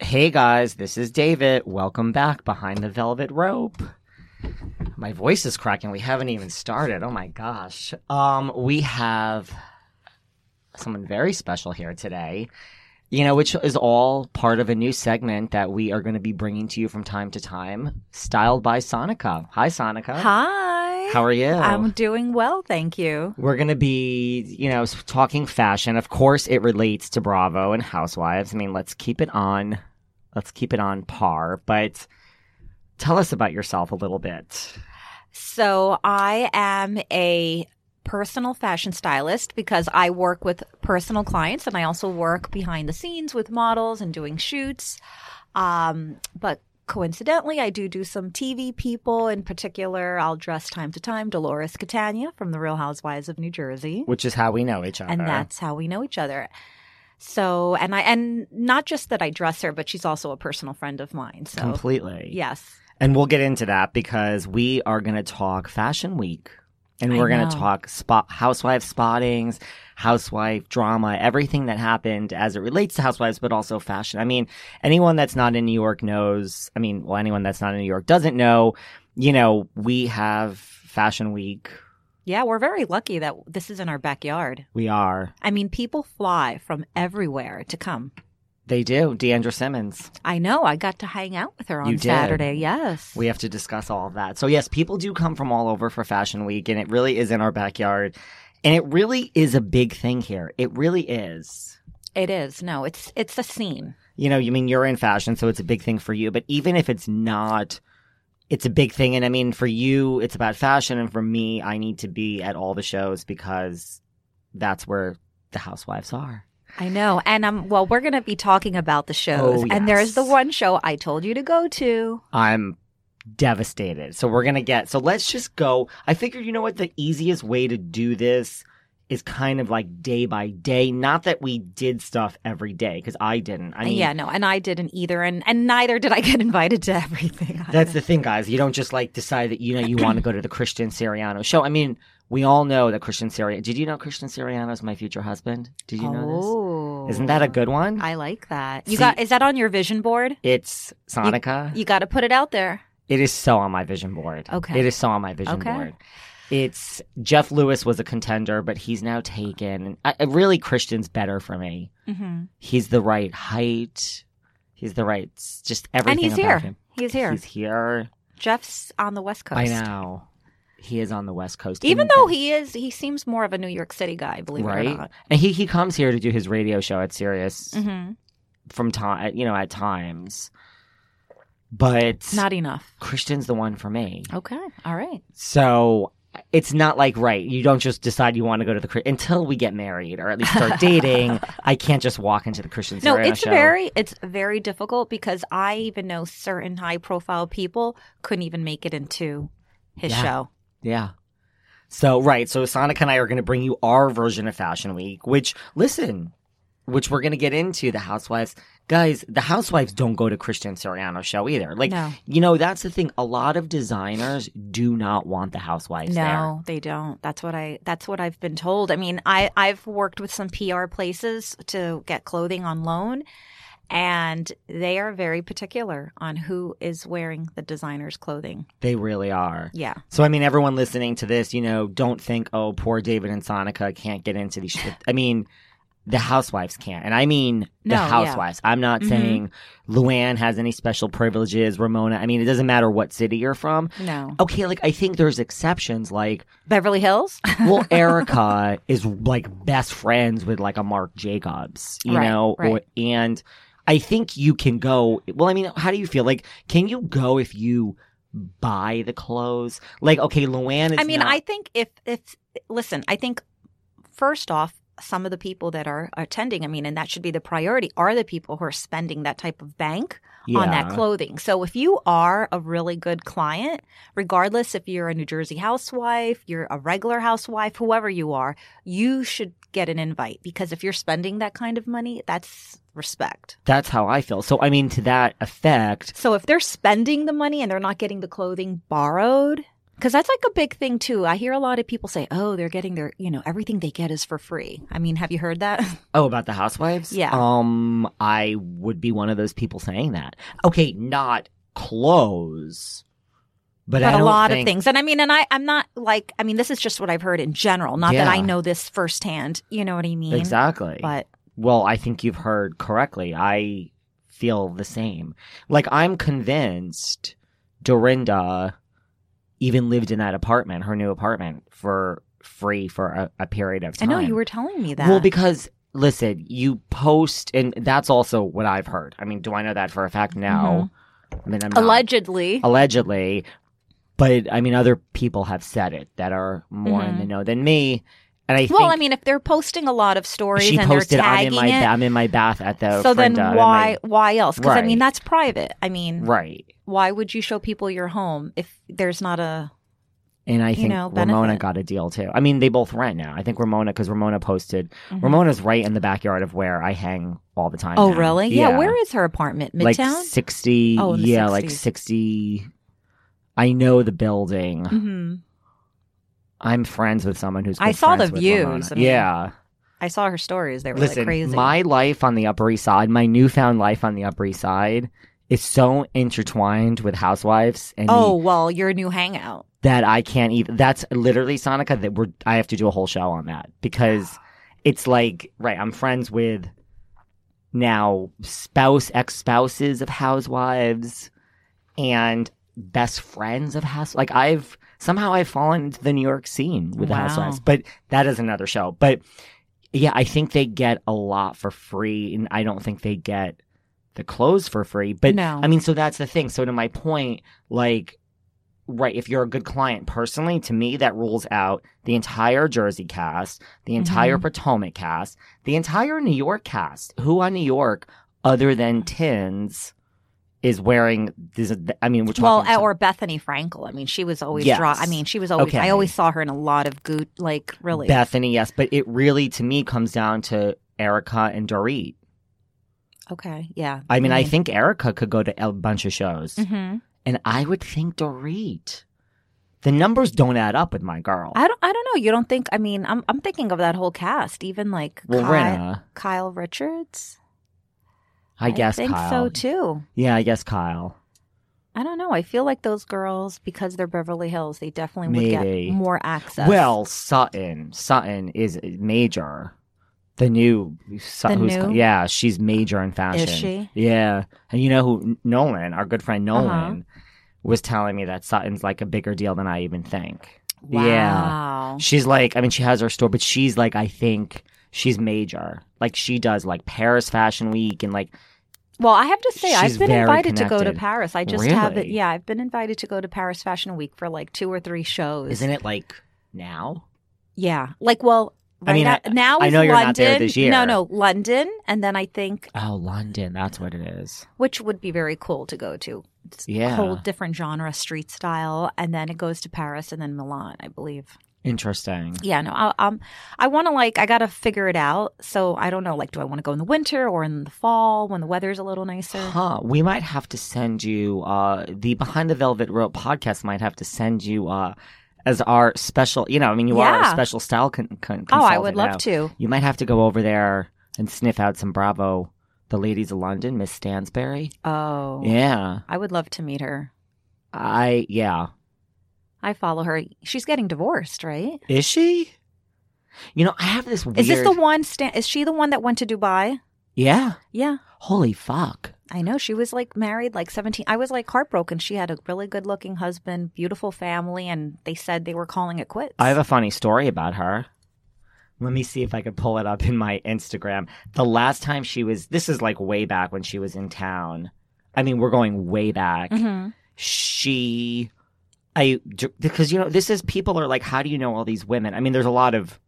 Hey guys, this is David. Welcome back behind the velvet rope. My voice is cracking. We haven't even started. Oh my gosh. Um, we have someone very special here today. You know, which is all part of a new segment that we are going to be bringing to you from time to time, styled by Sonica. Hi, Sonica. Hi. How are you? I'm doing well, thank you. We're going to be, you know, s- talking fashion. Of course, it relates to Bravo and Housewives. I mean, let's keep it on, let's keep it on par. But tell us about yourself a little bit. So, I am a personal fashion stylist because I work with personal clients and I also work behind the scenes with models and doing shoots. Um, but coincidentally, I do do some TV people in particular. I'll dress time to time Dolores Catania from The Real Housewives of New Jersey. Which is how we know each other. and that's how we know each other. So, and I, and not just that I dress her, but she's also a personal friend of mine. So, completely. yes, And we'll get into that because we are going to talk Fashion Week, and I we're going know. to talk spot housewife spottings, housewife drama, everything that happened as it relates to housewives, but also fashion. I mean, anyone that's not in New York knows. I mean, well, anyone that's not in New York doesn't know. You know, we have Fashion Week. yeah, we're very lucky that this is in our backyard. We are. I mean, people fly from everywhere to come. They do. Deandra Simmons. I know. I got to hang out with her on You did. Saturday. Yes, We have to discuss all of that. So, yes, people do come from all over for Fashion Week, and it really is in our backyard. And it really is a big thing here. It really is. it is. No, it's it's a scene. You know, you mean you're in fashion, so it's a big thing for you. But even if it's not, it's a big thing. And I mean, for you, it's about fashion. And for me, I need to be at all the shows because that's where the housewives are. I know. And um, well, we're gonna be talking about the shows, Oh, and there is the yes. one show I told you to go to. I'm devastated. So we're going to get, so let's just go. I figured, you know what? The easiest way to do this is kind of like day by day. Not that we did stuff every day because I didn't. I mean, Uh, yeah, no, and I didn't either, and and neither did I get invited to everything. That's the thing, guys. You don't just like decide that you know you want to go to the Christian Siriano show. I mean, we all know that Christian Siriano. Did you know Christian Siriano is my future husband? Did you know oh. this? Isn't that a good one? I like that. You See- got is that on your vision board? it's Sonica. You got to put it out there. it is so on my vision board. Okay. It is so on my vision Okay. board. It's Jeff Lewis was a contender, but he's now taken. I, I- really, Christian's better for me. Mm-hmm. He's the right height. He's the right, just And everything he's about here. him. He's here. He's here. Jeff's on the West Coast. I know. He is on the West Coast. Even In- though he is, he seems more of a New York City guy. Believe it or right? not. And he he comes here to do his radio show at Sirius Mm-hmm. from time, you know, at times. But Not enough. Christian's the one for me. Okay. All right. So it's not like right. You don't just decide you want to go to the Chri- until we get married or at least start dating. I can't just walk into the Christian No, Siriano it's show. very it's very difficult because I even know certain high profile people couldn't even make it into his Yeah. show. yeah. So right, so Sonic and I are going to bring you our version of Fashion Week, which listen, which we're going to get into the housewives. Guys, the housewives don't go to Christian Siriano show either. Like no, You know, that's the thing. A lot of designers do not want the housewives no, they don't. That's what I. That's what I've been told. I mean, I I've worked with some PR places to get clothing on loan, and they are very particular on who is wearing the designer's clothing. there. They really are. Yeah, So, I mean, everyone listening to this, you know, don't think, oh, poor David and Sonica can't get into these. Sh-. I mean, the housewives can't. And I mean the No, yeah. housewives. I'm not Mhm. saying Luann has any special privileges, Ramona. I mean, it doesn't matter what city you're from. no. Okay, like, I think there's exceptions. Like, Beverly Hills. well, Erica is like best friends with like a Marc Jacobs, you Right, know, right. and I think you can go. Well, I mean, how do you feel? Like, can you go if you buy the clothes? Like, okay, Luann is. I mean, not- I think if if listen, I think first off, some of the people that are attending, I mean, and that should be the priority, are the people who are spending that type of bank on that Yeah. clothing. So if you are a really good client, regardless if you're a New Jersey housewife, you're a regular housewife, whoever you are, you should get an invite because if you're spending that kind of money, that's respect. That's how I feel. So, I mean, to that effect, So if they're spending the money and they're not getting the clothing borrowed, Because that's like a big thing too. I hear a lot of people say, "Oh, they're getting their, you know, everything they get is for free." I mean, have you heard that? Oh, about the housewives? Yeah. Um, I would be one of those people saying that. Okay, not clothes, but, I But a don't lot think- of things. And I mean, and I, I'm not like, I mean, this is just what I've heard in general. Not that I Yeah. know this firsthand. You know what I mean? Exactly. But Well, I think you've heard correctly. I feel the same. Like I'm convinced Dorinda even lived in that apartment, her new apartment, for free for a, a period of I time. know you were telling me that. Well, because listen, you post, and that's also what I've heard. I mean, do I know that for a fact? No. Mm-hmm. I mean, I'm not- allegedly, allegedly, but I mean, other people have said it that are more in the know than me. And I Mm-hmm. well, I think mean, if they're posting a lot of stories she and posted, they're "I'm in tagging my it, ba- I'm in my bath at the so then Frinda, I'm in why my-" why else? Because I Right. mean, that's private. I mean, right?" why would you show people your home if there's not a And I you think know, Ramona benefit. got a deal too. I mean, they both rent now. I think Ramona because Ramona posted. Mhm. Ramona's right in the backyard of where I hang all the time. Oh, now. really? Yeah. Where is her apartment? like Midtown. sixty? Oh, in the yeah, like 60s. sixty. I know the building. hmm I'm friends with someone who's. I good saw friends the with Ramona. views. I mean, yeah. I saw her stories. They were Listen, like crazy. my life on the Upper East Side, my newfound life on the Upper East Side, is so intertwined with Housewives and oh well, your new hangout. that I can't even. That's literally Sonica. That we're. I have to do a whole show on that because it's like right. I'm friends with now spouse ex spouses of Housewives and best friends of House. Like I've somehow I've fallen into the New York scene with the Wow. Housewives, but that is another show. But yeah, I think they get a lot for free, and I don't think they get the clothes for free. But No. I mean, so that's the thing. So to my point, like, right, if you're a good client personally, to me, that rules out the entire Jersey cast, the entire Mm-hmm. Potomac cast, the entire New York cast. Who on New York, other than Tins, is wearing this? I mean, we're talking. Well, or Bethany Frankel. I mean, she was always Yes. draw. I mean, she was always. Okay. I always saw her in a lot of good, like really. Bethany, yes, but it really, to me, comes down to Erica and Dorit. okay, yeah. I mean, I think Erica could go to a bunch of shows, hmm and I would think Dorit. The numbers don't add up with my girl. I don't. I don't know. You don't think? I mean, I'm. I'm thinking of that whole cast. Even like well, Kyle, Renna, Kyle Richards. I guess think Kyle. so too. Yeah, I guess Kyle. I don't know. I feel like those girls, because they're Beverly Hills, they definitely would Maybe. get more access. Well, Sutton. Sutton is major. The new Sutton. The who's, new? Yeah, she's major in fashion. is she? Yeah, and you know who Nolan, our good friend Nolan, Uh-huh. was telling me that Sutton's like a bigger deal than I even think. Wow. She's like, I mean, she has her store, but she's like, I think she's major. Like she does like Paris Fashion Week and like Well, I have to say, She's I've been very invited to go to connected. Paris. I just haven't. Really? Yeah, I've been invited to go to Paris Fashion Week for like two or three shows. isn't it like now? Yeah. Like, well, I right mean, at- I- now I is know you're London. not there this year. No, no, London, and then I think Oh, London, that's what it is. which would be very cool to go to. It's Yeah. a whole different genre, street style, and then it goes to Paris and then Milan, I believe. Interesting. Yeah, no, I, um, I want to like, I gotta figure it out. So I don't know, like, do I want to go in the winter or in the fall when the weather's a little nicer? Huh. We might have to send you uh the Behind the Velvet Rope podcast might have to send you uh as our special, you know, I mean, you are our Yeah. special style con- con- Oh, I consultant would now. love to. You might have to go over there and sniff out some Bravo, the ladies of London, Miss Stansberry. Oh, Yeah. I would love to meet her. I yeah. I follow her. She's getting divorced, right? Is she? You know, I have this weird. Is this the one? Stan- is she the one that went to Dubai? Yeah. Yeah, Holy fuck. I know. She was like married, like seventeen. I was like heartbroken. She had a really good-looking husband, beautiful family, and they said they were calling it quits. I have a funny story about her. Let me see if I could pull it up in my Instagram. The last time she was, this is like way back when she was in town. I mean, we're going way back. Mhm. She, I, because you know, this is people are like, how do you know all these women? I mean, there's a lot of,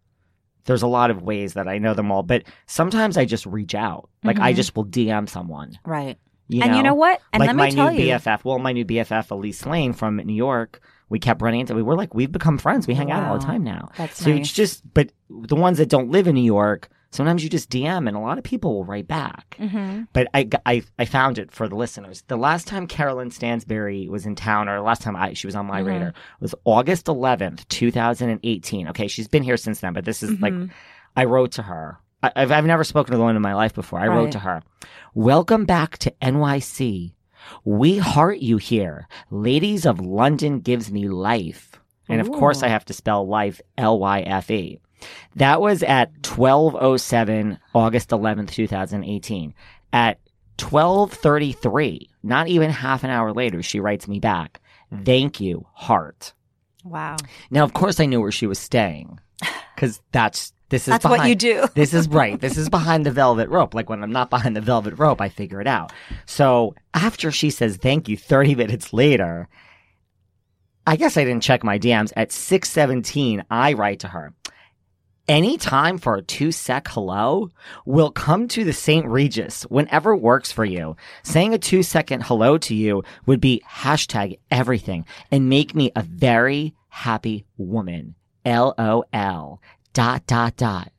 there's a lot of ways that I know them all, but sometimes I just reach out. Like, I Mhm. just will DM someone. right. You and know? you know what? And like let me my tell new you, BFF. Well, my new BFF, Elise Lane from New York. We kept running into. We were like, we've become friends. We hang out all the Wow. time now. that's So nice. it's just, but the ones that don't live in New York Sometimes you just DM, and a lot of people will write back. Mm-hmm. But I, g- I- I found it for the listeners. The last time Carolyn Stansberry was in town, or last time I, she was on my Mhm. radar, was August 11th, 2018. Okay, she's been here since then, but this is like Mm-hmm. I wrote to her. I, I've, I've never spoken to the woman in my life before. I Right. wrote to her, Welcome back to NYC. We heart you here. Ladies of London gives me life. And of course, Ooh. I have to spell life L Y F E. That was at 1207, August 11th, 2018. At 1233, not even half an hour later, she writes me back, Thank you, heart. Wow. Now, of course, I knew where she was staying because that's this is That's behind, what you do. this is right. This is behind the velvet rope. Like when I'm not behind the velvet rope, I figure it out. So after she says thank you 30 minutes later, I guess I didn't check my DMs. At 617, I write to her. Any time for a two sec hello will come to the St. Regis whenever works for you. Saying a two second hello to you would be hashtag everything and make me a very happy woman. LOL. Dot, dot, dot.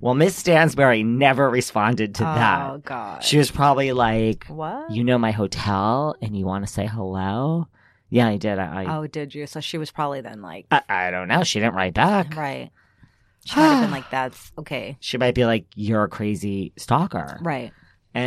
Well, Miss Stansberry never responded to Oh that. God. She was probably like, what? You know my hotel and you want to say hello? Yeah, I did. I, I, oh, did you? So she was probably then like, I, I don't know. She didn't write back. right. She might have been like, that's okay. She might be like, You're a crazy stalker. Right.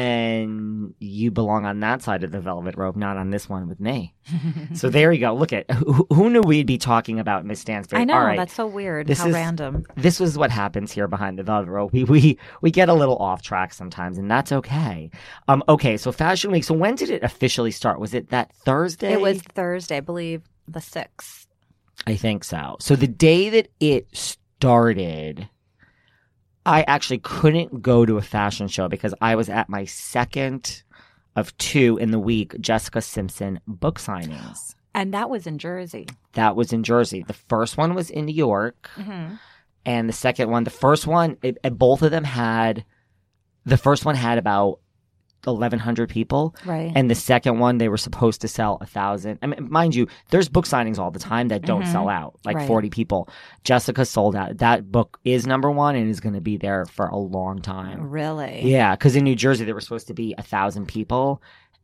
And you belong on that side of the velvet rope, not on this one with me. Mm-hmm. so there you go. Look at who, who knew we'd be talking about Miss Stansbury. I know. All right. That's so weird. This How is- random. this was what happens here behind the velvet rope. We, we we get a little off track sometimes, and that's okay. Um, okay, so Fashion Week. So when did it officially start? Was it that Thursday? It was Thursday, I believe, the 6th. I think so. So the day that it started, I actually couldn't go to a fashion show because I was at my second of two in the week Jessica Simpson book signings. And that was in Jersey. That was in Jersey. The first one was in New York. Mm-hmm. and the second one, the first one, it, it- both of them had, the first one had about eleven hundred people, Right. and the second one they were supposed to sell a thousand. I mean, mind you, there's book signings all the time that don't Mhm. sell out, like Right. forty people. Jessica sold out. That book is number one and is going to be there for a long time. really? Yeah, because in New Jersey there were supposed to be a thousand people.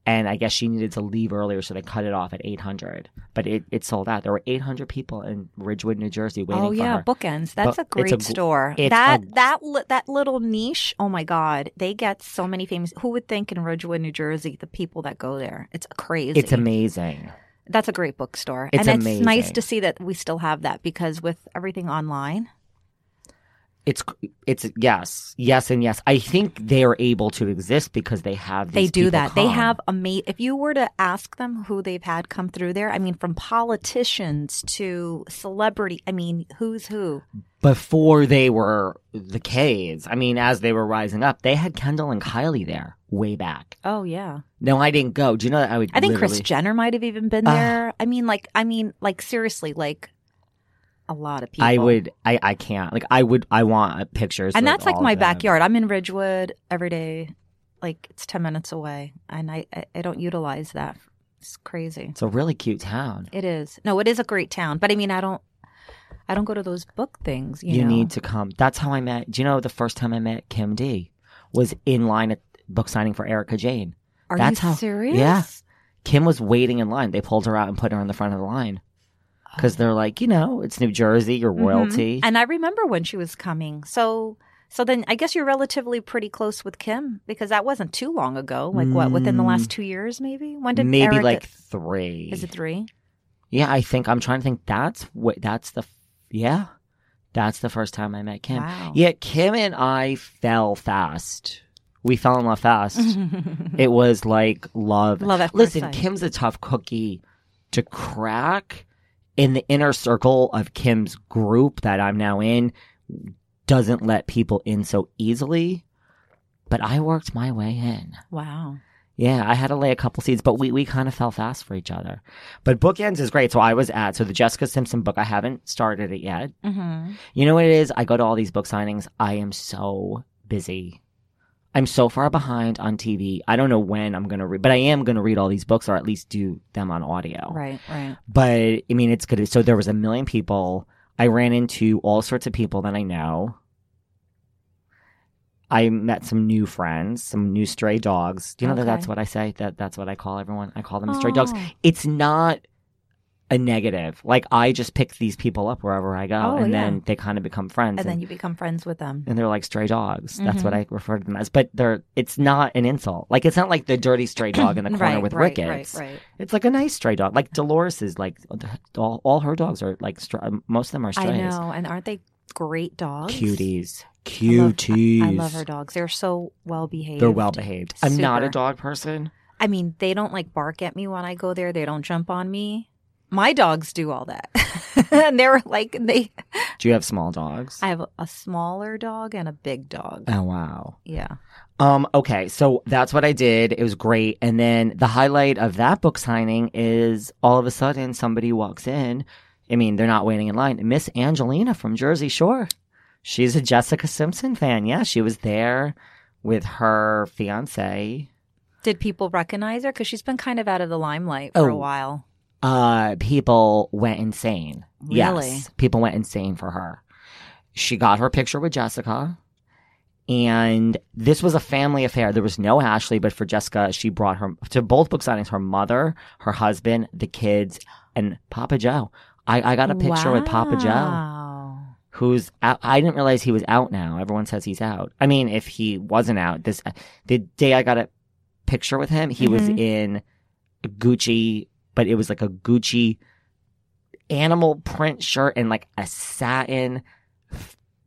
And I guess she needed to leave earlier, so they cut it off at 800. But it, it sold out. There were 800 people in Ridgewood, New Jersey, waiting Oh for yeah, her. bookends. That's Bu- a it's great a gr- store. it's That a- that li- that little niche. Oh my God, they get so many famous. Who would think in Ridgewood, New Jersey, the people that go there? It's crazy. It's amazing. That's a great bookstore, It's and it's nice amazing. to see that we still have that because with everything online, It's it's yes, yes, and yes. I think they are able to exist because they have. they These do people that. They come. have a ama- If you were to ask them who they've had come through there, I mean, from politicians to celebrity, I mean, who's who? before they were the K's. I mean, as they were rising up, they had Kendall and Kylie there way back. Oh yeah, No, I didn't go. Do you know that I would? I think Chris literally- Jenner might have even been Ah. there. I mean, like, I mean, like, seriously, like, a lot of people. I would. I I can't. Like I would. I want uh, pictures. and with that's like all of my them. backyard. I'm in Ridgewood every day. Like, it's ten minutes away, and I I, I don't utilize that. It's crazy. It's a really cute town. It is. No, it is a great town, but I mean, I don't, I don't go to those book things. You, You, know? need to come. That's how I met. Do you know the first time I met Kim D was in line at book signing for Erica Jane. Are that's you how- serious? yeah. Kim was waiting in line. They pulled her out and put her in the front of the line because they're like, you know, it's New Jersey, you're Mhm. royalty. And I remember when she was coming. So, so then I guess you're relatively pretty close with Kim because that wasn't too long ago. Like what? Within the Mm. last two years, maybe. When did Maybe Erica- like three. Is it three? yeah, I think I'm trying to think. That's what. That's the. Yeah, that's the first time I met Kim. Wow. Yeah, Kim and I fell fast. We fell in love fast. it was like love. Mm-hmm. Love at first Listen, sight. Kim's a tough cookie to crack. In the inner circle of Kim's group that I'm now in, doesn't let people in so easily. But I worked my way in. wow. Yeah, I had to lay a couple seeds, but we, we kind of fell fast for each other. But bookends is great. So I was at, so the Jessica Simpson book, I haven't started it yet. Mm-hmm. You know what it is? I go to all these book signings. I am so busy. I'm so far behind on TV. I don't know when I'm going to read, but I am going to read all these books or at least do them on audio. Right. Right. But I mean, it's good. So there was a million people. I ran into all sorts of people that I know. I met some new friends, some new stray dogs. Do you know that Okay. that's what I say? That that's what I call everyone. I call them stray dogs. Oh. It's not a negative. Like I just pick these people up wherever I go, Oh, and yeah. then they kind of become friends. And then you Mm-hmm. become friends with them. and they're like stray dogs. That's what I refer to them as. But they're it's not an insult. Like it's not like the dirty stray dog in the corner right, with right, rickets. Right, right. It's like a nice stray dog. Like Dolores is like uh, all, all her dogs are like stra- most of them are I strays. know. And aren't they great dogs? Cuties, I love- cuties. I love her dogs. They're so well behaved. They're well behaved. I'm not a Super. dog person. I mean, they don't like bark at me when I go there. They don't jump on me. My dogs do all that. and they're like they Do you have small dogs? I have a smaller dog and a big dog. oh wow. Yeah. Um. Okay. So that's what I did. It was great. And then the highlight of that book signing is all of a sudden somebody walks in. I mean, they're not waiting in line. Miss Angelina from Jersey Shore. She's a Jessica Simpson fan. Yeah, she was there with her fiance. Did people recognize her cuz she's been kind of out of the limelight for Oh. a while? uh people went insane. Really? Yes. People went insane for her. She got her picture with Jessica. And this was a family affair. There was no Ashley, but for Jessica, she brought her to both book signings her mother, her husband, the kids, and Papa Joe. I, I got a picture with Papa Joe, Wow. who's out. I didn't realize he was out now. Everyone says he's out. I mean, if he wasn't out, this the day I got a picture with him, he was Mhm. in Gucci, but it was like a Gucci animal print shirt and like a satin,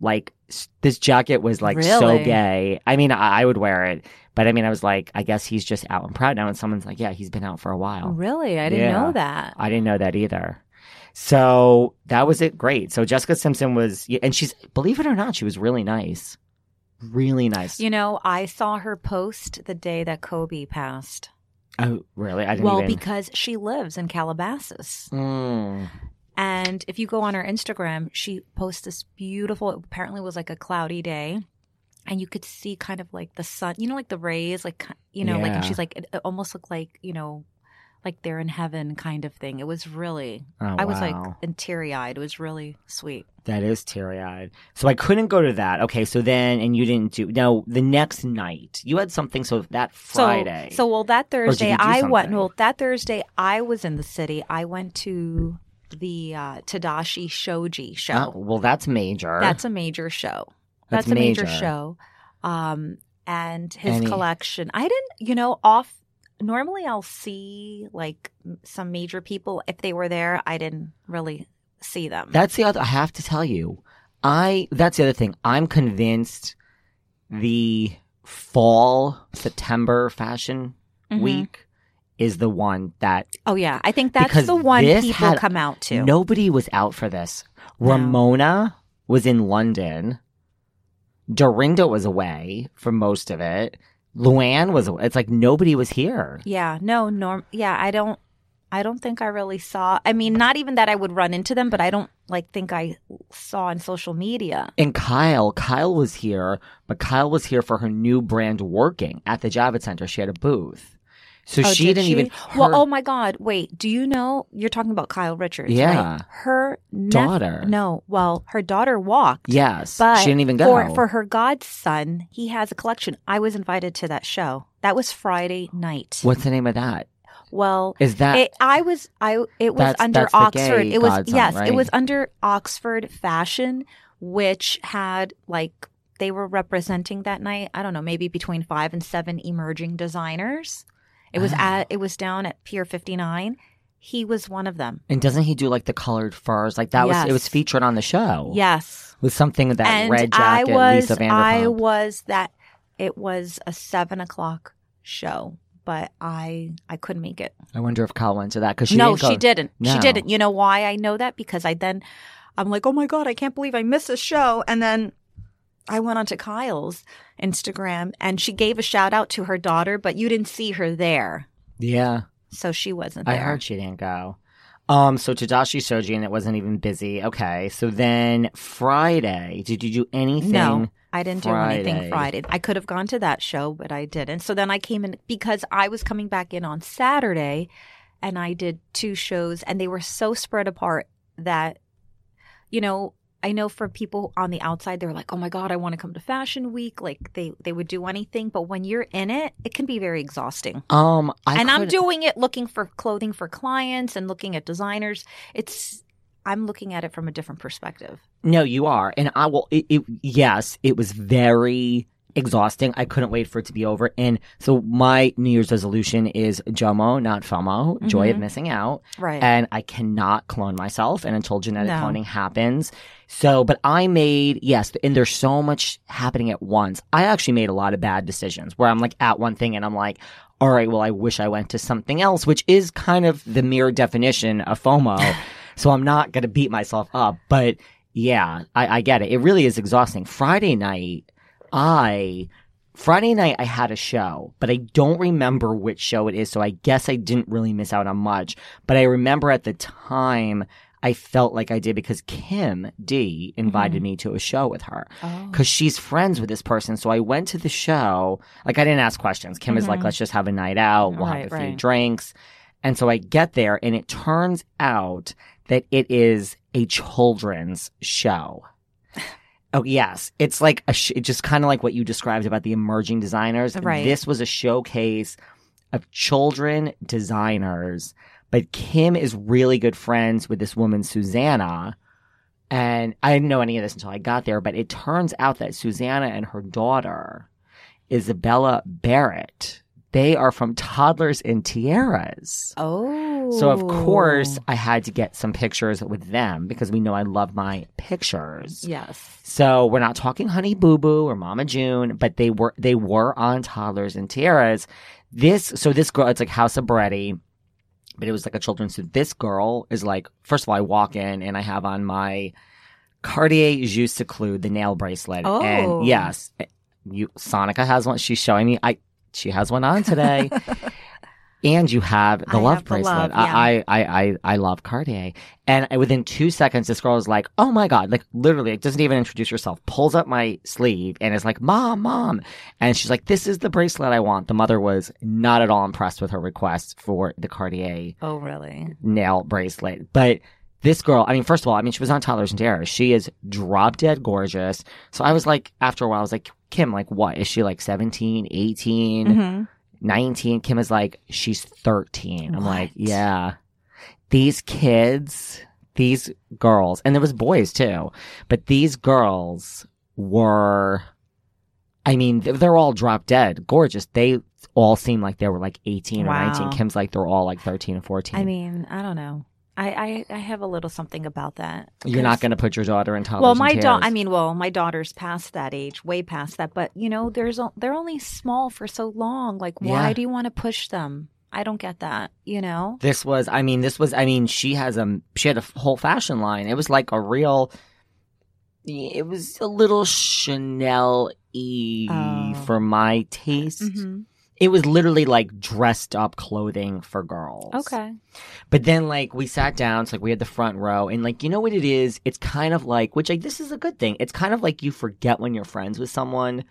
like s- this jacket was like so Really? gay. I mean, I, I would wear it, but I mean, I was like, I guess he's just out and proud now. And someone's like, yeah, he's been out for a while. Really? I didn't Yeah. know that. I didn't know that either. So that was it. Great. So Jessica Simpson was, yeah, and she's, believe it or not, she was really nice. Really nice. You know, I saw her post the day that Kobe passed. oh, really? I didn't Well, even. because she lives in Calabasas. Mm. And if you go on her Instagram, she posts this beautiful, apparently it was like a cloudy day. And you could see kind of like the sun, you know, like the rays, like, ki- you know, like, and Yeah. she's like, it it almost looked like, you know, like they're in heaven kind of thing. It was really, Oh, I was wow. like teary eyed. It was really sweet. That is teary eyed. So I couldn't go to that. Okay, so then, and you didn't do. No, the next night you had something. So that Friday. So, so well, that you Thursday could do I went. something. Well, that Thursday I was in the city. I went to the uh, Tadashi Shoji show. Oh, well, that's major. That's a major show. That's That's, a major, major. show. Um, and his Any- collection. I didn't, you know, off. Normally, I'll see like m- some major people if they were there. I didn't really see them. That's the other. I have to tell you, I. That's the other thing. I'm convinced the fall September fashion Mhm. week is the one that Oh yeah, I think that's Because the one this people had- come out to. Nobody was out for this. No. Ramona was in London. Dorinda was away for most of it. Luann was away. It's like nobody was here. Yeah, no, norm. Yeah, I don't. I don't think I really saw. I mean, not even that I would run into them, but I don't like think I saw on social media. And Kyle, Kyle was here, but Kyle was here for her new brand working at the Javits Center. She had a booth. So Oh, she did didn't even. well, her oh my God! Wait, do you know you're talking about Kyle Richards? Yeah. right? her nep- daughter. No, well, her daughter walked. Yes. but she didn't even go. for for her godson. He has a collection. I was invited to that show. That was Friday night. What's the name of that? Well, Is that. it, I was I it was That's- under that's the Oxford. gay It was godson, yes, right? it was under Oxford Fashion, which had like they were representing that night. I don't know, maybe between five and seven emerging designers. It was Wow. at it was down at Pier Fifty Nine. He was one of them. and doesn't he do like the colored furs? Like that was. Yes. It was featured on the show. Yes, With something with that and red I jacket, was Lisa Vanderpump. I was that it was a seven o'clock show, but I I couldn't make it. I wonder if Kyle went to that because she no, didn't go- she didn't. No. She didn't. You know why I know that? Because I then I'm like, oh my god, I can't believe I missed a show. And then I went onto Kyle's Instagram, and she gave a shout out to her daughter, but you didn't see her there, Yeah, so she wasn't I there. heard she didn't go. Um, so Tadashi Soji and it wasn't even busy. Okay, so then Friday, did you do anything? No, I didn't do Friday. anything Friday. I could have gone to that show, but I didn't. So then I came in because I was coming back in on Saturday and I did two shows and they were so spread apart that, you know, I know for people on the outside, they're like, "Oh my god, I want to come to Fashion Week!" Like they they would do anything, but when you're in it, it can be very exhausting. Um, I and I'm could- doing it looking for clothing for clients and looking at designers. It's I'm looking at it from a different perspective. No, you are, and I will. It, it, yes, it was very exhausting. I couldn't wait for it to be over. And so my New Year's resolution is JOMO, not FOMO, joy of Mhm. missing out. Right. And I cannot clone myself. And until genetic No. cloning happens, so but I made yes, and there's so much happening at once. I actually made a lot of bad decisions where I'm like at one thing and I'm like. All right, well, I wish I went to something else, which is kind of the mere definition of FOMO. so I'm not going to beat myself up. But yeah, I, I get it. It really is exhausting. Friday night, I Friday night I had a show, but I don't remember which show it is, so I guess I didn't really miss out on much. But I remember at the time I felt like I did because Kim D invited Mm-hmm. me to a show with her oh. because she's friends with this person. So I went to the show. Like I didn't ask questions. Kim is like, Mhm. let's just have a night out. We'll have Right, a few right. drinks. And so I get there, and it turns out that it is a children's show. Oh yes, it's like a sh- it's just kind of like what you described about the emerging designers. Right. This was a showcase of children designers, but Kim is really good friends with this woman Susanna, and I didn't know any of this until I got there. But it turns out that Susanna and her daughter, Isabella Barrett, they are from Toddlers in Tiaras. Oh. So of course I had to get some pictures with them because we know I love my pictures. Yes. So we're not talking Honey Boo Boo or Mama June, but they were they were on Toddlers and Tiaras. This so this girl it's like House of Bretty, but it was like a children's. So this girl is like first of all I walk in and I have on my Cartier Jus Seclude the nail bracelet Oh. and yes, you Sonica has one. She's showing me I she has one on today. And you have the I love have the bracelet. love, I, I, I, I, I love Cartier. And I- within two seconds, this girl is like, oh my God, like literally, like, doesn't even introduce herself, pulls up my sleeve and is like, mom, mom. And she's like, this is the bracelet I want. The mother was not at all impressed with her request for the Cartier Oh, really? nail bracelet. But this girl, I mean, first of all, I mean, she was on Toddlers and Terror. She is drop dead gorgeous. So I was like, after a while, I was like, Kim, like, what? Is she like 17, 18? Mm-hmm. 19. Kim is like, she's 13. I'm like, What? yeah. These kids, these girls, and there was boys too, but these girls were, I mean, th- they're all drop dead, gorgeous. They all seem like they were like 18 or 19. Wow. Kim's like, they're all like 13 and 14. I mean, I don't know. I, I, I have a little something about that. you're not because- going to put your daughter in toddlers Well, and my Terrors. daughter. I mean, well, my daughter's past that age, way past that. But you know, there's o- they're only small for so long. Like, why Yeah. do you want to push them? I don't get that. You know. This was, I mean, this was, I mean, she has a, she had a f- whole fashion line. It was like a real, it was a little Chanel y Oh. for my taste. Mhm. It was literally like dressed up clothing for girls. Okay. But then, like, we sat down, so like we had the front row, and like, you know what it is? It's kind of like, which like, this is a good thing. It's kind of like you forget when you're friends with someone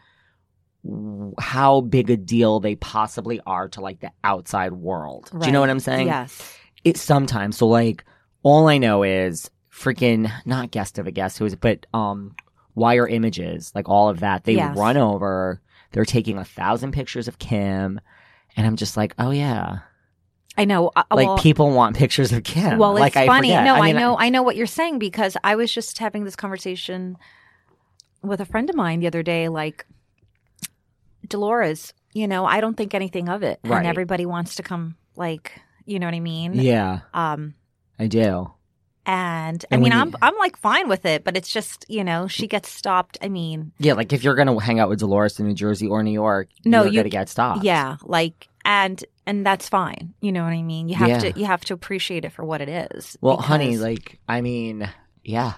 w- how big a deal they possibly are to like the outside world. Do you know Right. what I'm saying? Yes. It's sometimes. So like all I know is freaking not guest of a guest who is but um wire images, like all of that. They Yes. run over, they're taking a thousand pictures of Kim. And I'm just like, oh yeah, I know. Uh, like well, people want pictures of Kim. well, it's like, I funny. forget. no, I, mean, know. I know what you're saying because I was just having this conversation with a friend of mine the other day. Like, Dolores, you know, I don't think anything of it, Right. and everybody wants to come. Like, you know what I mean? yeah, Um. I do. And I And when mean, you- I'm I'm like fine with it, but it's just you know she gets stopped. I mean, Yeah, like if you're gonna hang out with Dolores in New Jersey or New York, No, you're you- gonna get stopped. yeah, like and and that's fine. You know what I mean? You have Yeah. to you have to appreciate it for what it is. Well, honey, because- like I mean, yeah.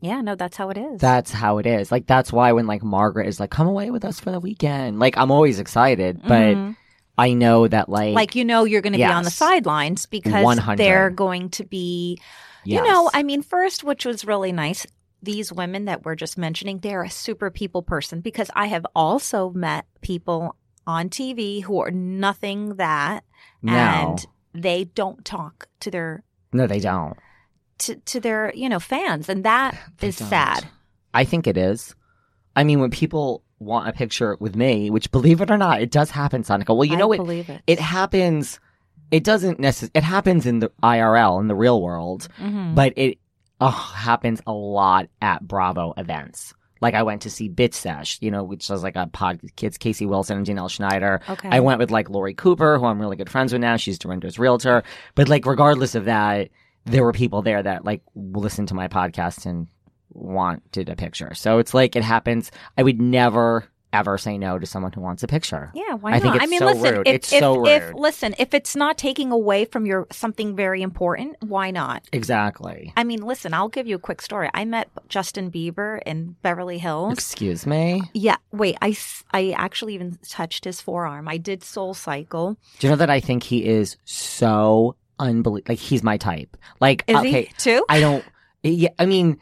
yeah, no, that's how it is. That's how it is. Like that's why when like Margaret is like, "Come away with us for the weekend," like I'm always excited, but Mhm. I know that like, like you know you're going to be on the Yes. sidelines because 100. they're going to be yes. you know I mean first which was really nice these women that we're just mentioning they're a super people person because I have also met people on TV who are nothing that no, and they don't talk to their no, they don't. to, to their you know fans, and that They is don't. sad. I think it is. I mean, when people want a picture with me, which believe it or not, it does happen, Sonica. Well, you I know, it, believe it. it happens. It doesn't necessarily, it happens in the IRL, in the real world, Mhm. but it oh, happens a lot at Bravo events. Like I went to see Bitch Sesh, you know, which was like a pod, kids, Casey Wilson and Janelle Schneider. okay. I went with like Lori Cooper, who I'm really good friends with now. She's Dorinda's realtor. But like, regardless of that, there were people there that like listened to my podcast and wanted a picture. So it's like it happens. I would never ever say no to someone who wants a picture. Yeah, why I think not? I it's mean, so listen, rude. if It's if, so if rude. listen, if it's not taking away from your something very important, why not? Exactly. I mean, listen, I'll give you a quick story. I met Justin Bieber in Beverly Hills. Excuse me. Yeah, wait. I, s- I actually even touched his forearm. I did Soul Cycle. Do you know that I think he is so unbelievable? Like he's my type. Like Is okay, he too? I don't. Yeah, I mean,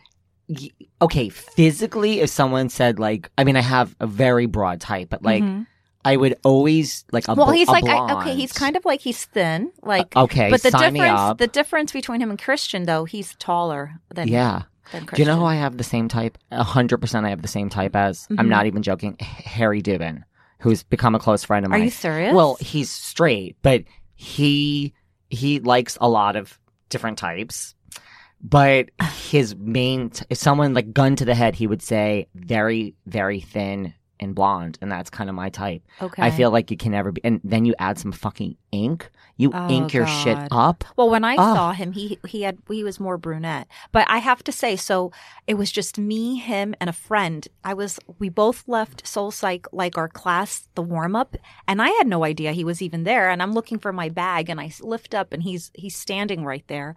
y- okay, physically, if someone said like, I mean, I have a very broad type, but like. Mhm. I would always like a well, bl- he's a like blonde. Uh, I, okay. He's kind of like he's thin, like. okay. but the sign me difference, up. the difference between him and Christian, though, he's taller than yeah. Than Do you Christian. know who I have the same type? A hundred percent, I have the same type as. Mhm. I'm not even joking. H- Harry Dubin, who's become a close friend of Are mine. you serious? Well, he's straight, but he he likes a lot of different types. But his main, t- if someone like gun to the head, he would say very, very thin and blonde, and that's kind of my type. okay. I feel like you can never be. And then you add some fucking ink. You Oh, ink your shit God. up. Well, when I Oh. saw him, he he had he was more brunette. But I have to say, so it was just me, him, and a friend. I was we both left Soul Psych like our class, the warm up, and I had no idea he was even there. And I'm looking for my bag, and I s- lift up, and he's he's standing right there.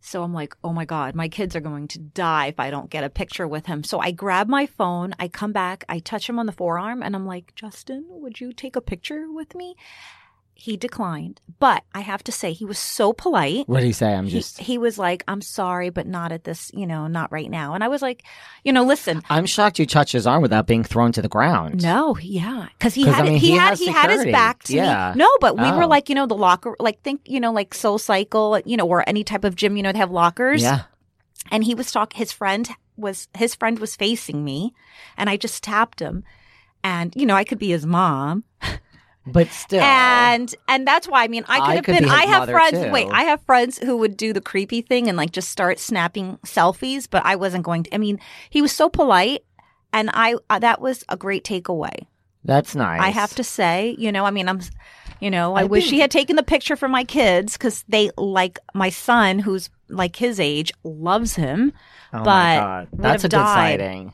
So I'm like, oh my god, my kids are going to die if I don't get a picture with him. So I grab my phone, I come back, I touch him on the forearm, and I'm like, Justin, would you take a picture with me? He declined, but I have to say he was so polite What do you say? I'm he, just. he was like, I'm sorry, but not at this, you know, not right now. And I was like, you know, listen, I'm shocked you touched his arm without being thrown to the ground. no, yeah, because he 'Cause, had I mean, he, he had has he had his security. back to Yeah. me. No, but we were Oh. like, you know, the locker, like think, you know, like Soul Cycle, you know, or any type of gym, you know, they have lockers. Yeah. And he was talking. His friend was his friend was facing me, and I just tapped him. And you know, I could be his mom, But still. and and that's why I mean, I could I have could been. be his I have mother, friends. too. Wait, I have friends who would do the creepy thing and like just start snapping selfies, but I wasn't going to. I mean, he was so polite, and I uh, that was a great takeaway. that's nice. I have to say, you know, I mean, I'm, you know, I, I wish think- he had taken the picture for my kids because they like my son, who's like his age, loves him. Oh my but God. would That's have a good died. sighting.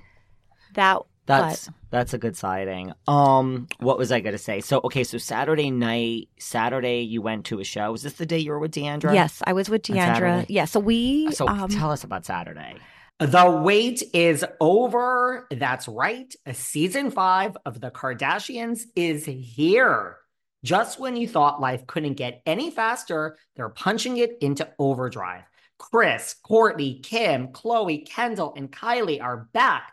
That That's that's a good sighting. Um, what was I gonna say? So okay, so Saturday night, Saturday you went to a show. Was this the day you were with Deandra? yes, I was with On Deandra. Saturday. Uh, Yeah, so we. So um, tell us about Saturday. The wait is over. That's right. Season five of The Kardashians is here. Just when you thought life couldn't get any faster, they're punching it into overdrive. Chris, Courtney, Kim, Chloe, Kendall, and Kylie are back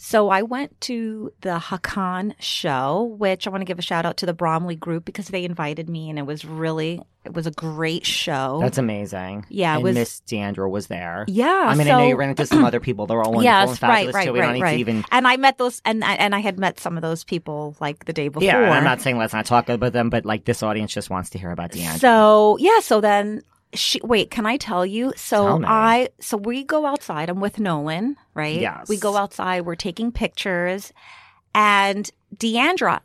So I went to the Hakan show, which I want to give a shout out to the Bromley group because they invited me and it was really it was a great show. That's amazing. Yeah, it and was- Miss Deandra was there. yeah. I mean, so, I know you ran into some other people. They're all wonderful Yes, and right, fabulous right, too. We right, don't need right. to even. and I met those and I- and I had met some of those people like the day before. Yeah, and I'm not saying let's not talk about them, but like this audience just wants to hear about Deandra. So yeah, so then she wait, can I tell you? So Tell me. I so we go outside. I'm with Nolan, right? Yes. We go outside, we're taking pictures, and Deandra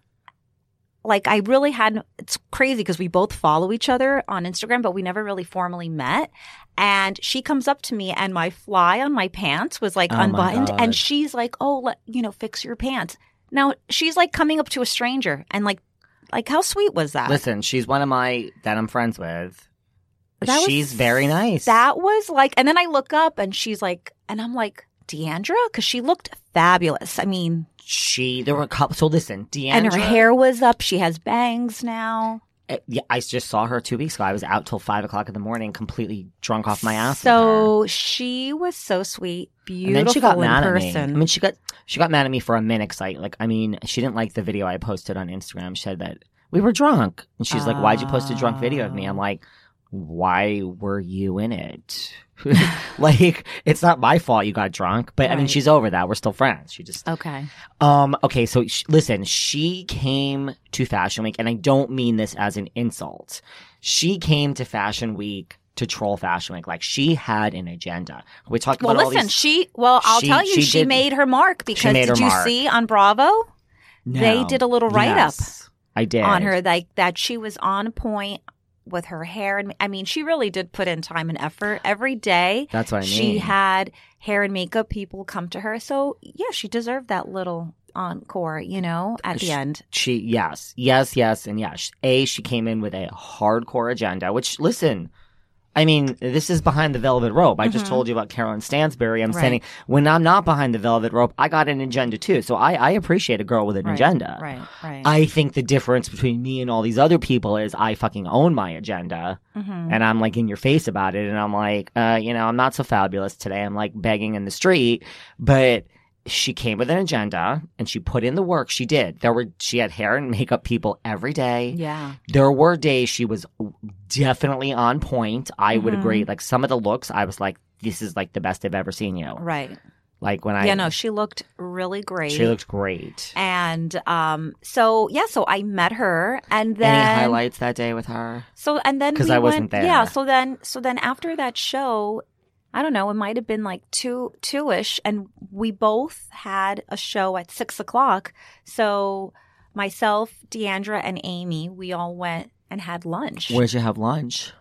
like I really hadn't. It's crazy because we both follow each other on Instagram, but we never really formally met. And she comes up to me, and my fly on my pants was like Oh my unbuttoned, God. and she's like, "Oh, let, you know, fix your pants." Now she's like coming up to a stranger, and like, like how sweet was that? Listen, she's one of my that I'm friends with. That was- she's very nice. That was like, and then I look up, and she's like, and I'm like, Deandra, because she looked fabulous. I mean, she there were a couple. So listen, Deandra, and her hair was up. She has bangs now. Uh, yeah, I just saw her two weeks ago. I was out till five o'clock in the morning, completely drunk off my ass. with her. So she was so sweet, and beautiful then she got in mad person. at me. I mean, she got she got mad at me for a minute. Cause I like, I mean, she didn't like the video I posted on Instagram. She said that we were drunk, and she's like, "Why'd you post a drunk video of me?" I'm like, "Why were you in it?" like, it's not my fault you got drunk, but I mean, Right. she's over that. We're still friends. She just okay. Um. Okay. So sh- listen, she came to Fashion Week, and I don't mean this as an insult. She came to Fashion Week to troll Fashion Week. Like she had an agenda. We talked Well, about all listen, these. she, well, I'll She- tell you, she she, did- made her mark because made did her you mark. see on Bravo? they did a little write-up Yes, I did on her, like that she was on point with her hair. And I mean, she really did put in time and effort every day. That's what I mean. She had hair and makeup people come to her. So, yeah, she deserved that little encore, you know, at the Sh- end. She yes, yes, yes, and yes. A she came in with a hardcore agenda. Which listen, I mean, this is behind the velvet rope. I just Mhm. told you about Carolyn Stansbury. I'm Right. saying when I'm not behind the velvet rope, I got an agenda too. So I, I appreciate a girl with an Right, agenda. Right, right. I think the difference between me and all these other people is I fucking own my agenda Mhm. and I'm like in your face about it. And I'm like, uh, you know, I'm not so fabulous today. I'm like begging in the street. But she came with an agenda and she put in the work. She did. There were, she had hair and makeup people every day. Yeah. There were days she was definitely on point. I would Mhm. agree. Like some of the looks, I was like, this is like the best I've ever seen you. Right. Like when I, yeah, no, she looked really great. she looked great. And um, so yeah, so I met her, and then Any highlights that day with her? so and then 'Cause we I wasn't went- there. Yeah, so then so then after that show, I don't know, it might have been like two two ish, and we both had a show at six o'clock. So myself, Deandra, and Amy, we all went and had lunch. Where'd you have lunch?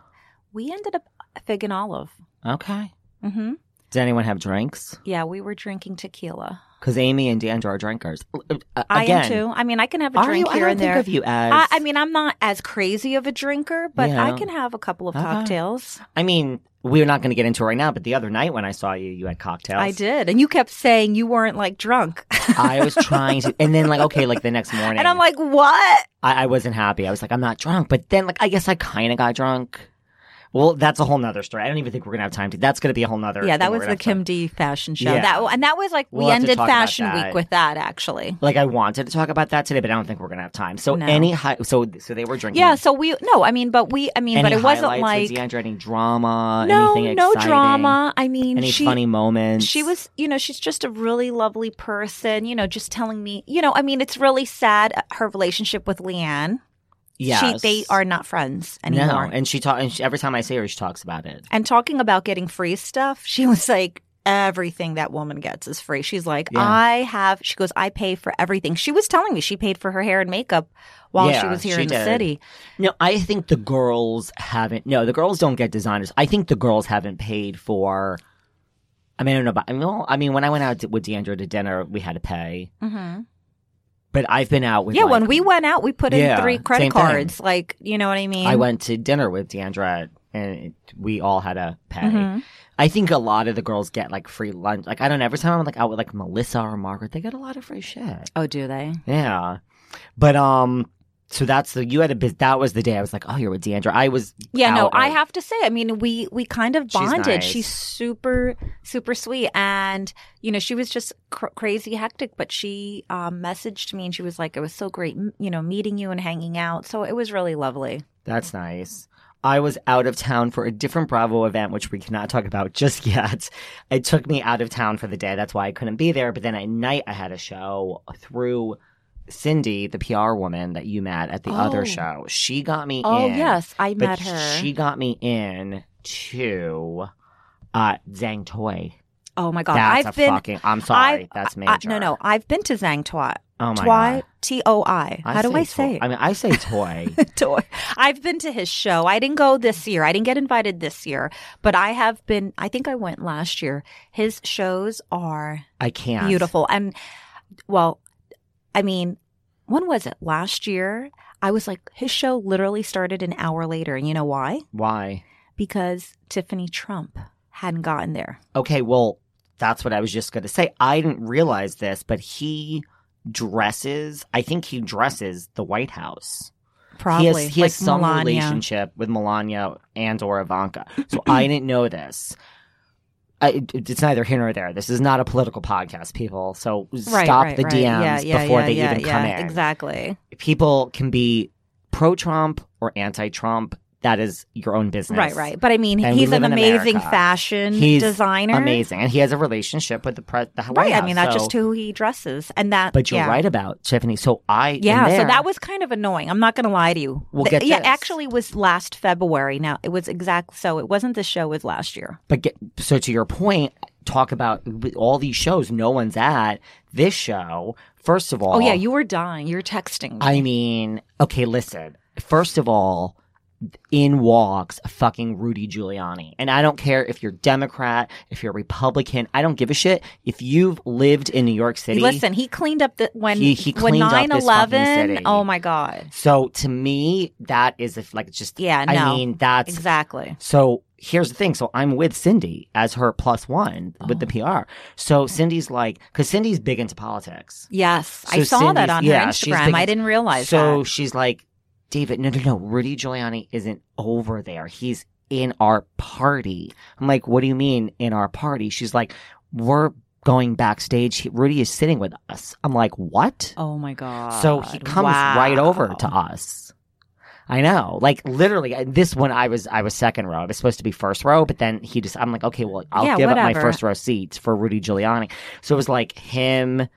We ended up at fig and olive. Okay. hmm Does anyone have drinks? Yeah, we were drinking tequila. Because Amy and Dandra are drinkers. Uh, uh, I Again, am too. I mean, I can have a are drink you? I here don't and think there. of you as. I, I mean, I'm not as crazy of a drinker, but Yeah. Uh-huh. I can have a couple of Okay. cocktails. I mean, we're not going to get into it right now. But the other night when I saw you, you had cocktails. I did, and you kept saying you weren't like drunk, I was trying to, and then like okay, like the next morning, and I'm like, what? I, I wasn't happy. I was like, I'm not drunk. But then like I guess I kind of got drunk. Well, that's a whole nother story. I don't even think we're gonna have time to. That's gonna be a whole nother. Yeah, thing that we're was gonna the have time- Kim D fashion show. Yeah. That and that was like We'll we have to ended talk about Fashion that. Week with that actually. Like I wanted to talk about that today, but I don't think we're gonna have time. So No. any high, so so they were drinking. Yeah, so we no, I mean, but we, I mean, Any but it wasn't highlights like with Deandra, any drama, no, anything no exciting? drama. I mean, Any she, funny moments? She was, you know, she's just a really lovely person, you know, just telling me, you know, I mean, it's really sad uh, her relationship with Leanne. Yes. She, they are not friends no, anymore. and-, and she talk. And she, every time I see her, she talks about it. talking about getting free stuff, she was like, everything that woman gets is free. She's like, Yeah. I have, she goes, I pay for everything. She was telling me she paid for her hair and makeup while Yeah, she was here she in did. the city. No, I think the girls haven't. No, the girls don't get designers. I think the girls haven't paid for. I mean, I don't know. About, I mean, well, I mean, when I went out to, with Deandra to dinner, we had to pay. Mm-hmm. But I've been out with. Yeah, like- when we went out, we put in Yeah, three credit same thing. cards. Like, you know what I mean? I went to dinner with Deandra, and it, we all had to pay. Mhm. I think a lot of the girls get like free lunch. Like I don't know. Every time I'm like out with like Melissa or Margaret, they get a lot of free shit. Oh, do they? Yeah, but um, so that's the you had a bus- that was the day I was like, oh, you're with Deandra. I was Yeah, no, out I of- have to say, I mean, we we kind of She's bonded. nice. She's super super sweet, and you know, she was just cr- crazy hectic, but she um, messaged me and she was like, "It was so great, m- you know, meeting you and hanging out." So it was really lovely. That's nice. I was out of town for a different Bravo event, which we cannot talk about just yet. It took me out of town for the day. That's why I couldn't be there. But then at night, I had a show through Cindy, the PR woman that you met at the Oh. other show. She got me Oh in. yes, I But met her. She got me in to uh, Zhang Toy. oh my god, That's I've a been. fucking. I'm sorry. I've- uh, That's I- major. no, no, I've been to Zhang Tuat. Oh my Twy, god. T O I. How do I tw- say I it? mean, I say toy. Toy. I've been to his show. I didn't go this year. I didn't get invited this year, but I have been. I think I went last year. His shows are I can't. beautiful. And well, I mean, when was it? Last year? I was like, his show literally started an hour later. And you know why? Why? Because Tiffany Trump hadn't gotten there. Okay, well, that's what I was just going to say. I didn't realize this, but he dresses. I think he dresses the White House. Probably. He has, he like has some Melania. relationship with Melania and or Ivanka. So I didn't know this. I, it- it's neither here nor there. This is not a political podcast, people. So Right, stop right, the right. DMs Yeah, yeah, before yeah, they yeah, even yeah, come in. Exactly. People can be pro Trump or anti Trump. That is your own business. Right, right. But I mean, And we he's live an in amazing America. fashion He's designer. Amazing. And he has a relationship with the, pre- the White Right. I House, mean, that's so- just who he dresses. And that. But you're yeah. right about Tiffany. So I in Yeah, so there- that was kind of annoying. I'm not going to lie to you. Well, Th- get yeah, this. actually, it was last February. Now it was exact. So it wasn't the show. It was last year. But get, so to your point, talk about with all these shows. No one's at this show. First of all, Oh yeah, you were dying. You were texting. me. I mean, okay, listen. First of all, in walks fucking Rudy Giuliani. And I don't care if you're Democrat, if you're Republican, I don't give a shit. If you've lived in New York City, Listen, he cleaned up the when He- he when cleaned up this fucking 9/11 city. Oh my god. So to me, that is if like just Yeah, I no. mean, that's Exactly. So here's the thing. So I'm with Cindy as her plus one with the Oh. PR. So Cindy's like, because Cindy's big into politics. Yes, I So saw that Cindy's- on yeah, her she's big Instagram. I into- didn't realize so that. she's like, David, no, no, no. Rudy Giuliani isn't over there. He's in our party. I'm like, what do you mean in our party? She's like, we're going backstage. He- Rudy is sitting with us. I'm like, what? Oh my god. So he comes right over to Wow. us. I know, like literally, I- this one I was I was second row. I was supposed to be first row, but then he just I'm like, okay, well, I'll Yeah, give up my whatever. first row seats for Rudy Giuliani. So it was like him.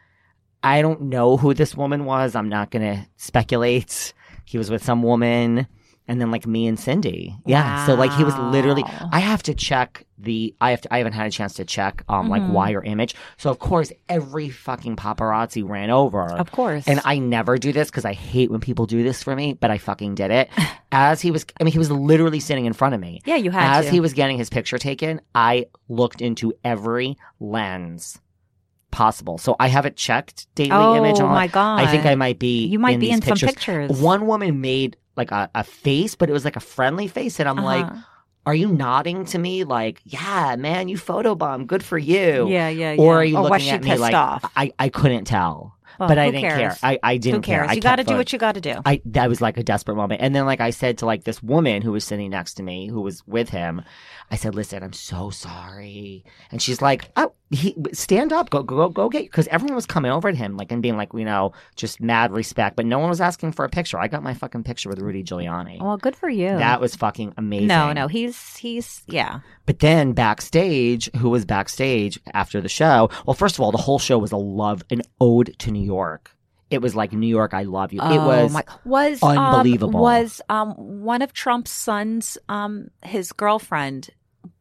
I don't know who this woman was. I'm not gonna speculate. He was with some woman, and then like me and Cindy. Yeah. So like he was literally. Wow. I have to check the. I have to. I haven't had a chance to check um like Mhm. wire image. So of course every fucking paparazzi ran over. Of course. And I never do this because I hate when people do this for me, but I fucking did it. As he was, I mean, he was literally sitting in front of me. Yeah, you had As to. he was getting his picture taken, I looked into every lens possible. So I haven't checked daily oh image. on- my god. I think I might be. You might be these in some pictures. pictures. One woman made like a, a face, but it was like a friendly face, and I'm like, Uh-huh. "Are you nodding to me? Like, yeah, man, you photobomb. Good for you." Yeah, yeah, yeah. Or are you was looking she at me pissed like off? I, I couldn't tell, Well, but I who didn't care. cares? I, I didn't Who cares? care. You got to do what you got to do. I that was like a desperate moment. And then like I said to like this woman who was sitting next to me, who was with him, I said, "Listen, I'm so sorry." And she's like, "Oh, he stand up, go go go get," because everyone was coming over to him like and being like, you know, just mad respect, but no one was asking for a picture. I got my fucking picture with Rudy Giuliani. Well, good for you. That was fucking amazing. Oh, no, no, he's he's yeah. But then backstage, who was backstage after the show? Well, first of all, the whole show was a love, an ode to New York. It was like New York, I love you. it Oh, was my- was um, unbelievable. was um, one of Trump's sons, um, his girlfriend.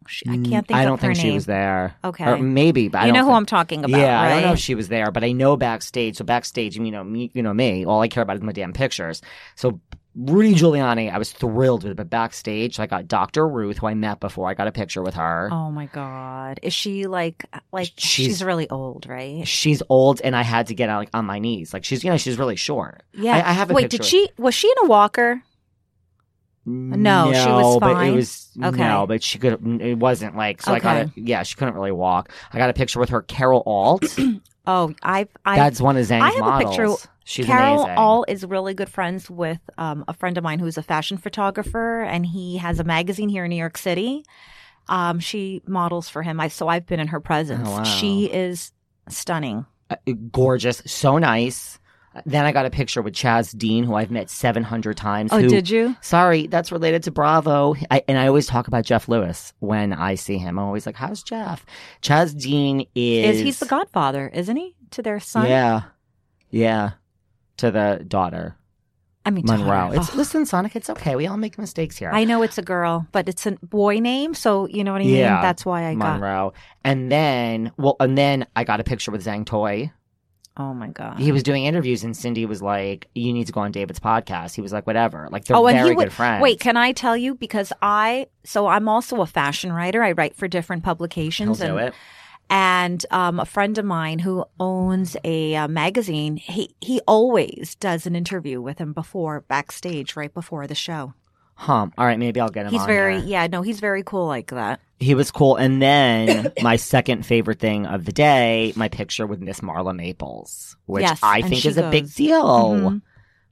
She, I can't think. I of don't her think she name. was there. Okay. or maybe, but I you don't know who think- I'm talking about, yeah, right? I don't know if she was there, but I know backstage. So backstage, you know, me, you know me. All I care about is my damn pictures. So Rudy Giuliani, I was thrilled with, but backstage, I got Dr. Ruth, who I met before. I got a picture with her. oh my god, is she like like She's- she's, really old, right? She's old, and I had to get like on my knees. Like she's, you know, she's really short. Yeah. I, I have. A Wait, did picture. she was she in a walker? No, she was But it fine? was Okay. no, but she could. It wasn't like so. I got Okay. a, yeah. She couldn't really walk. I got a picture with her, Carol Alt. Oh, I've I That's one of Zhang's I have models. a picture. She's Carol amazing. All is really good friends with um, a friend of mine who's a fashion photographer, and he has a magazine here in New York City. Um, she models for him, I, so I've been in her presence. Oh, wow. She is stunning. Uh, gorgeous, so nice. Then I got a picture with Chaz Dean, who I've met seven hundred times. Oh, who- did you? Sorry, that's related to Bravo. I, and I always talk about Jeff Lewis when I see him. I'm always like, "How's Jeff?" Chaz Dean is Is, he's the godfather, isn't he, to their son? Yeah, yeah, to the daughter. I mean to Monroe. her. It's Ugh. listen, Sonic. It's okay. We all make mistakes here. I know it's a girl, but it's a boy name, so you know what I mean. Yeah. That's why I got. Monroe, and then well, and then I got a picture with Zhang Toy, Oh my god. He was doing interviews, and Cindy was like, "You need to go on David's podcast." He was like, "Whatever." Like they're oh, and very he would good friends. wait. Can I tell you because I so I'm also a fashion writer. I write for different he'll publications do and it. and um, a friend of mine who owns a uh, magazine. He he always does an interview with him before backstage, right before the show. Huh. All right, maybe I'll get him. He's on very here. yeah no he's very cool like that. He was cool. And then my second favorite thing of the day, my picture with Miss Marla Maples, which Yes, I and think she is a big goes, deal. Mhm.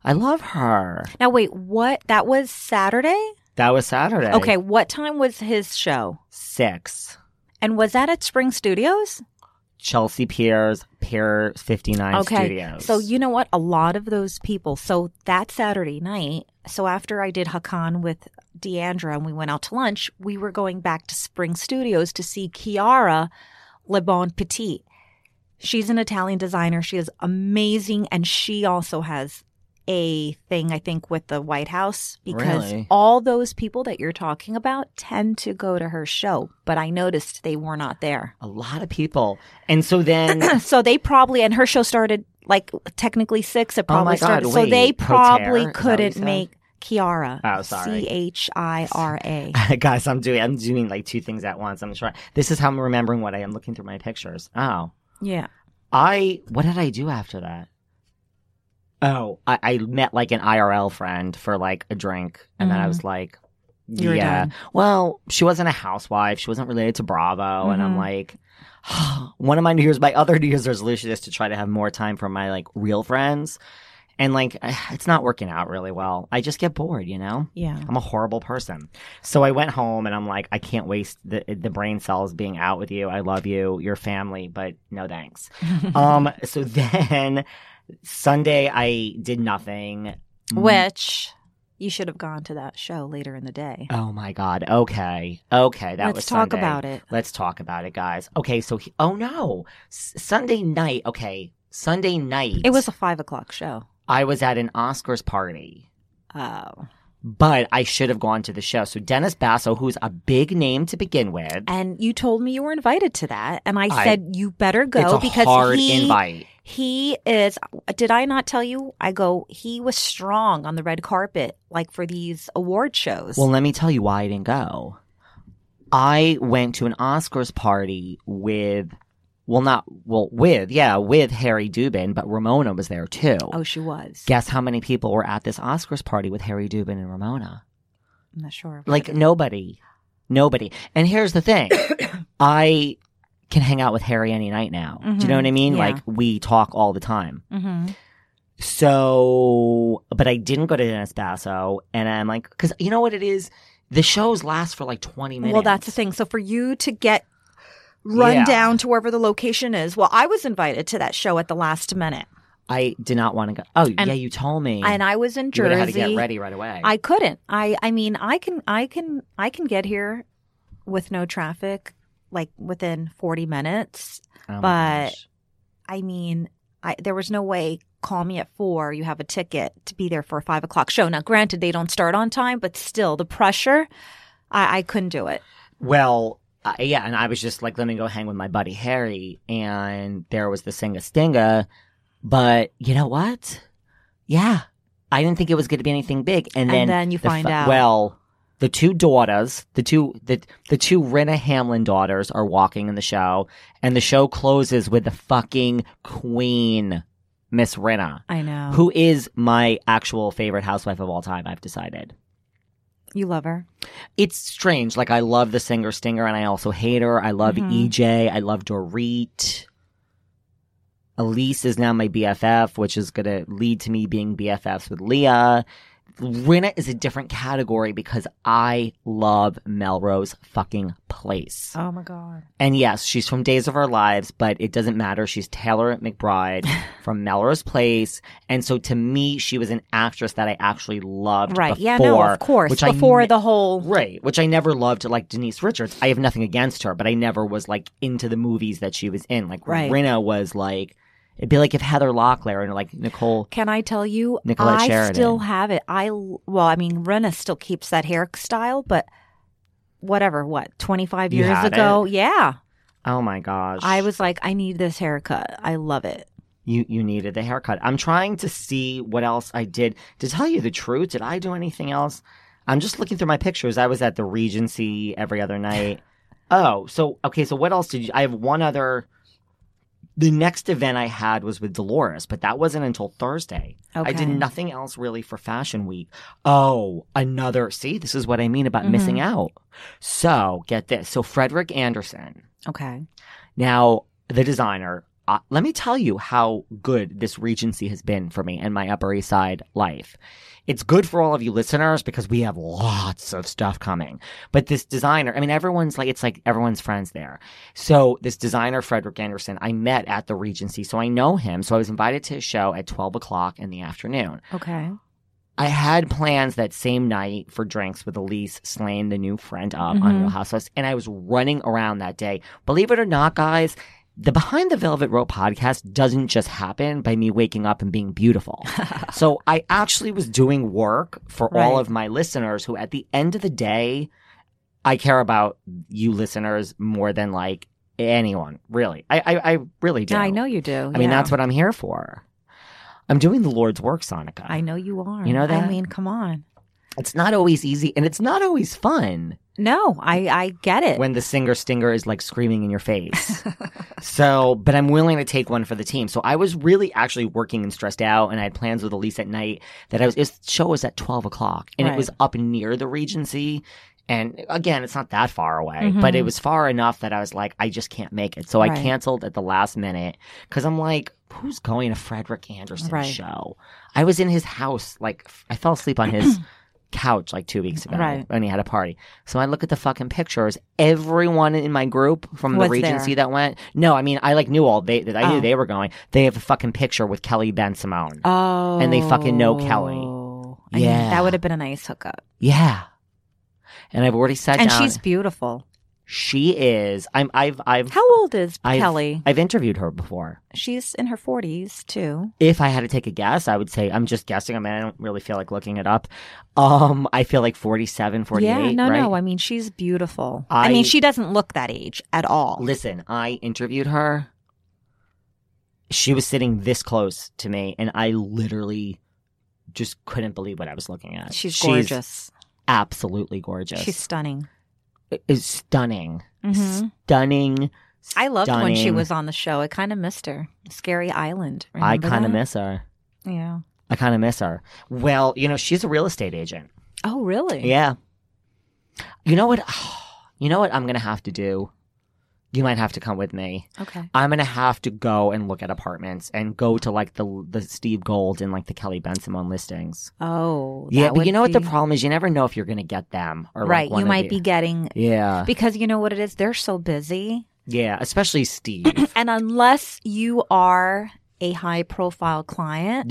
I love her. Now wait, what? That was Saturday. That was Saturday. Okay, what time was his show? Six. And was that at Spring Studios? Chelsea Piers, Pier 59 Studios. So you know what? A lot of those people. So that Saturday night, so after I did Hakan with Deandra and we went out to lunch, we were going back to Spring Studios to see Chiara Le Bon Petit. She's an Italian designer. She is amazing and she also has a thing I think with the White House because Really? all those people that you're talking about tend to go to her show, but I noticed they were not there. A lot of people. And so then, so they probably and her show started like technically six. Oh It probably my God, started. so they wait, Proterre, is probably that what you couldn't said? make Kiara. Oh, sorry. C H I R A. guys, I'm doing I'm doing like two things at once. I'm sure this is how I'm remembering what I am looking through my pictures. Oh, Yeah. I what did I do after that? Oh, I, I met like an IRL friend for like a drink, and then I Mhm. was like, You were yeah. done. Well, she wasn't a housewife. She wasn't related to Bravo, and I'm Mhm. like. One of my New Year's, my other New Year's resolution is to try to have more time for my like real friends, and like it's not working out really well. I just get bored, you know. Yeah. I'm a horrible person. So I went home and I'm like, I can't waste the the brain cells being out with you. I love you, your family, but no thanks. um. So then Sunday I did nothing. Which you should have gone to that show later in the day. Oh my god. Okay. Okay. That Let's was talk Sunday. about it. Let's talk about it, guys. Okay. So he, oh no, S- Sunday night. Okay, Sunday night. It was a five o'clock show. I was at an Oscars party. Oh. But I should have gone to the show. So Dennis Basso, who's a big name to begin with, And you told me you were invited to that, and I I- said you better go it's a because hard he invite. He is. Did I not tell you? I go. He was strong on the red carpet, like for these award shows. Well, let me tell you why I didn't go. I went to an Oscars party with, well, not, well, with, yeah, with Harry Dubin, but Ramona was there too. oh, she was. Guess how many people were at this Oscars party with Harry Dubin and Ramona? I'm not sure. Like nobody. Nobody. And here's the thing I can hang out with Harry any night now. Do you know Mhm. what I mean? Yeah. Like we talk all the time. Mm-hmm. So, but I didn't go to Dennis Basso, and I'm like, because you know what it is, the shows last for like 20 minutes. Well, that's the thing. So for you to get run Yeah. down to wherever the location is, well, I was invited to that show at the last minute, I did not want to go. Oh, And- yeah, you told me. and I was in you Jersey. had to get ready right away. I couldn't. I I mean, I can I can I can get here with no traffic, like within 40 minutes. Oh my but- gosh. I mean, I there was no way. Call me at four. You have a ticket to be there for a five o'clock show. Now, granted, they don't start on time, but still, the pressure, I, I couldn't do it. well, uh, yeah, and I was just like, let me go hang with my buddy Harry, and there was the Singa Stinga, but you know what? Yeah, I didn't think it was going to be anything big, and, And, then, then you the find fa- out. Well, the two daughters, the two the the two Renna Hamlin daughters are walking in the show, and the show closes with the fucking queen, Miss Renna, I know who is my actual favorite housewife of all time. I've decided. you love her. It's strange. Like I love the singer Stinger, and I also hate her. I love Mhm. EJ. I love Dorit. Elise is now my BFF, which is going to lead to me being BFFs with Leah. Rinna is a different category because I love Melrose fucking place. Oh my god. And yes, she's from Days of Our Lives, but it doesn't matter. She's Taylor McBride from Melrose Place. And so to me, she was an actress that I actually loved. Right. Before, yeah, no, of course. Which Before I ne- the whole Right, which I never loved, like Denise Richards. I have nothing against her, but I never was like into the movies that she was in. Like Right. Rinna was like, it'd be like if Heather Locklear and like Nicole. Can I tell you Nicolette I Sheridan. still have it. I l- well, I mean, Renna still keeps that hairstyle, but whatever, what, 25 You years had ago? Yeah. Oh my gosh, I was like I need this haircut. I love it. You you needed the haircut. I'm trying to see what else I did. To tell you the truth, did I do anything else? I'm just looking through my pictures. I was at the Regency every other night. Oh, so okay, so what else did you I have one other the next event I had was with Dolores, but that wasn't until Thursday. I did Okay. nothing else really for Fashion Week. Oh, another see, this is what I mean about missing out. So, get this. So Frederick Anderson Okay. now, the designer, uh, let me tell you how good this Regency has been for me and my Upper East Side life. It's good for all of you listeners because we have lots of stuff coming. But this designer, I mean, everyone's like, it's like everyone's friends there. So this designer, Frederick Anderson, I met at the Regency. So I know him. So I was invited to his show at 12 o'clock in the afternoon. Okay. I had plans that same night for drinks with Elise Slane, the new friend up on Mhm. Real Housewives, and I was running around that day. Believe it or not, guys, the Behind the Velvet Rope podcast doesn't just happen by me waking up and being beautiful. so I actually was doing work for all Right. of my listeners who, at the end of the day, I care about you listeners more than like anyone, really. I, I, I really do. I know you do. I mean, that's what I'm here for. I'm doing the Lord's work, Sonica. I know you are. You know that? I mean, come on. It's not always easy and it's not always fun No, I I get it. when the singer stinger is like screaming in your face. so, but I'm willing to take one for the team. So I was really actually working and stressed out and I had plans with Elise at night that I was, this show was at 12 o'clock and it Right. was up near the Regency. And again, it's not that far away, Mhm. but it was far enough that I was like, I just can't make it. So I Right. canceled at the last minute because I'm like, who's going to Frederick Anderson's Right. show? I was in his house, like, f- I fell asleep on his couch like two weeks ago Right. when he had a party. So I look at the fucking pictures. Everyone in my group from Was the Regency there. that went. No, I mean I like knew all they. that I knew Oh. they were going. They have a fucking picture with Kelly Ben Simone. oh. and they fucking know Kelly. I mean, Yeah. that would have been a nice hookup. yeah, and I've already sat And down. she's beautiful. she is. I'm. I've. I've. How old is I've- Kelly? I've interviewed her before. She's in her 40s too. If I had to take a guess, I would say I'm just guessing. I mean, I don't really feel like looking it up. Um, I feel like 47, 48. yeah, no, right? no. I mean, she's beautiful. I, I- mean, she doesn't look that age at all. Listen, I interviewed her. She was sitting this close to me, and I literally just couldn't believe what I was looking at. she's gorgeous. absolutely gorgeous. She's stunning. is stunning, Mhm. stunning. I loved when she stunning. was on the show. I kind of missed her. Scary Island. I Remember kind of that? miss her. Yeah. I kind of miss her. Well, you know, she's a real estate agent. Oh, really? Yeah. You know what? You know what I'm gonna have to do. You might have to come with me. Okay. I'm gonna have to go and look at apartments and go to like the the Steve Gold and like the Kelly Benson on listings. Oh, Yeah, that but you would know what the be- problem is? You never know if you're going to get them or like, right? one You of might the- be getting Yeah, because you know what it is. They're so busy, yeah, especially Steve. and unless you are a high-profile client,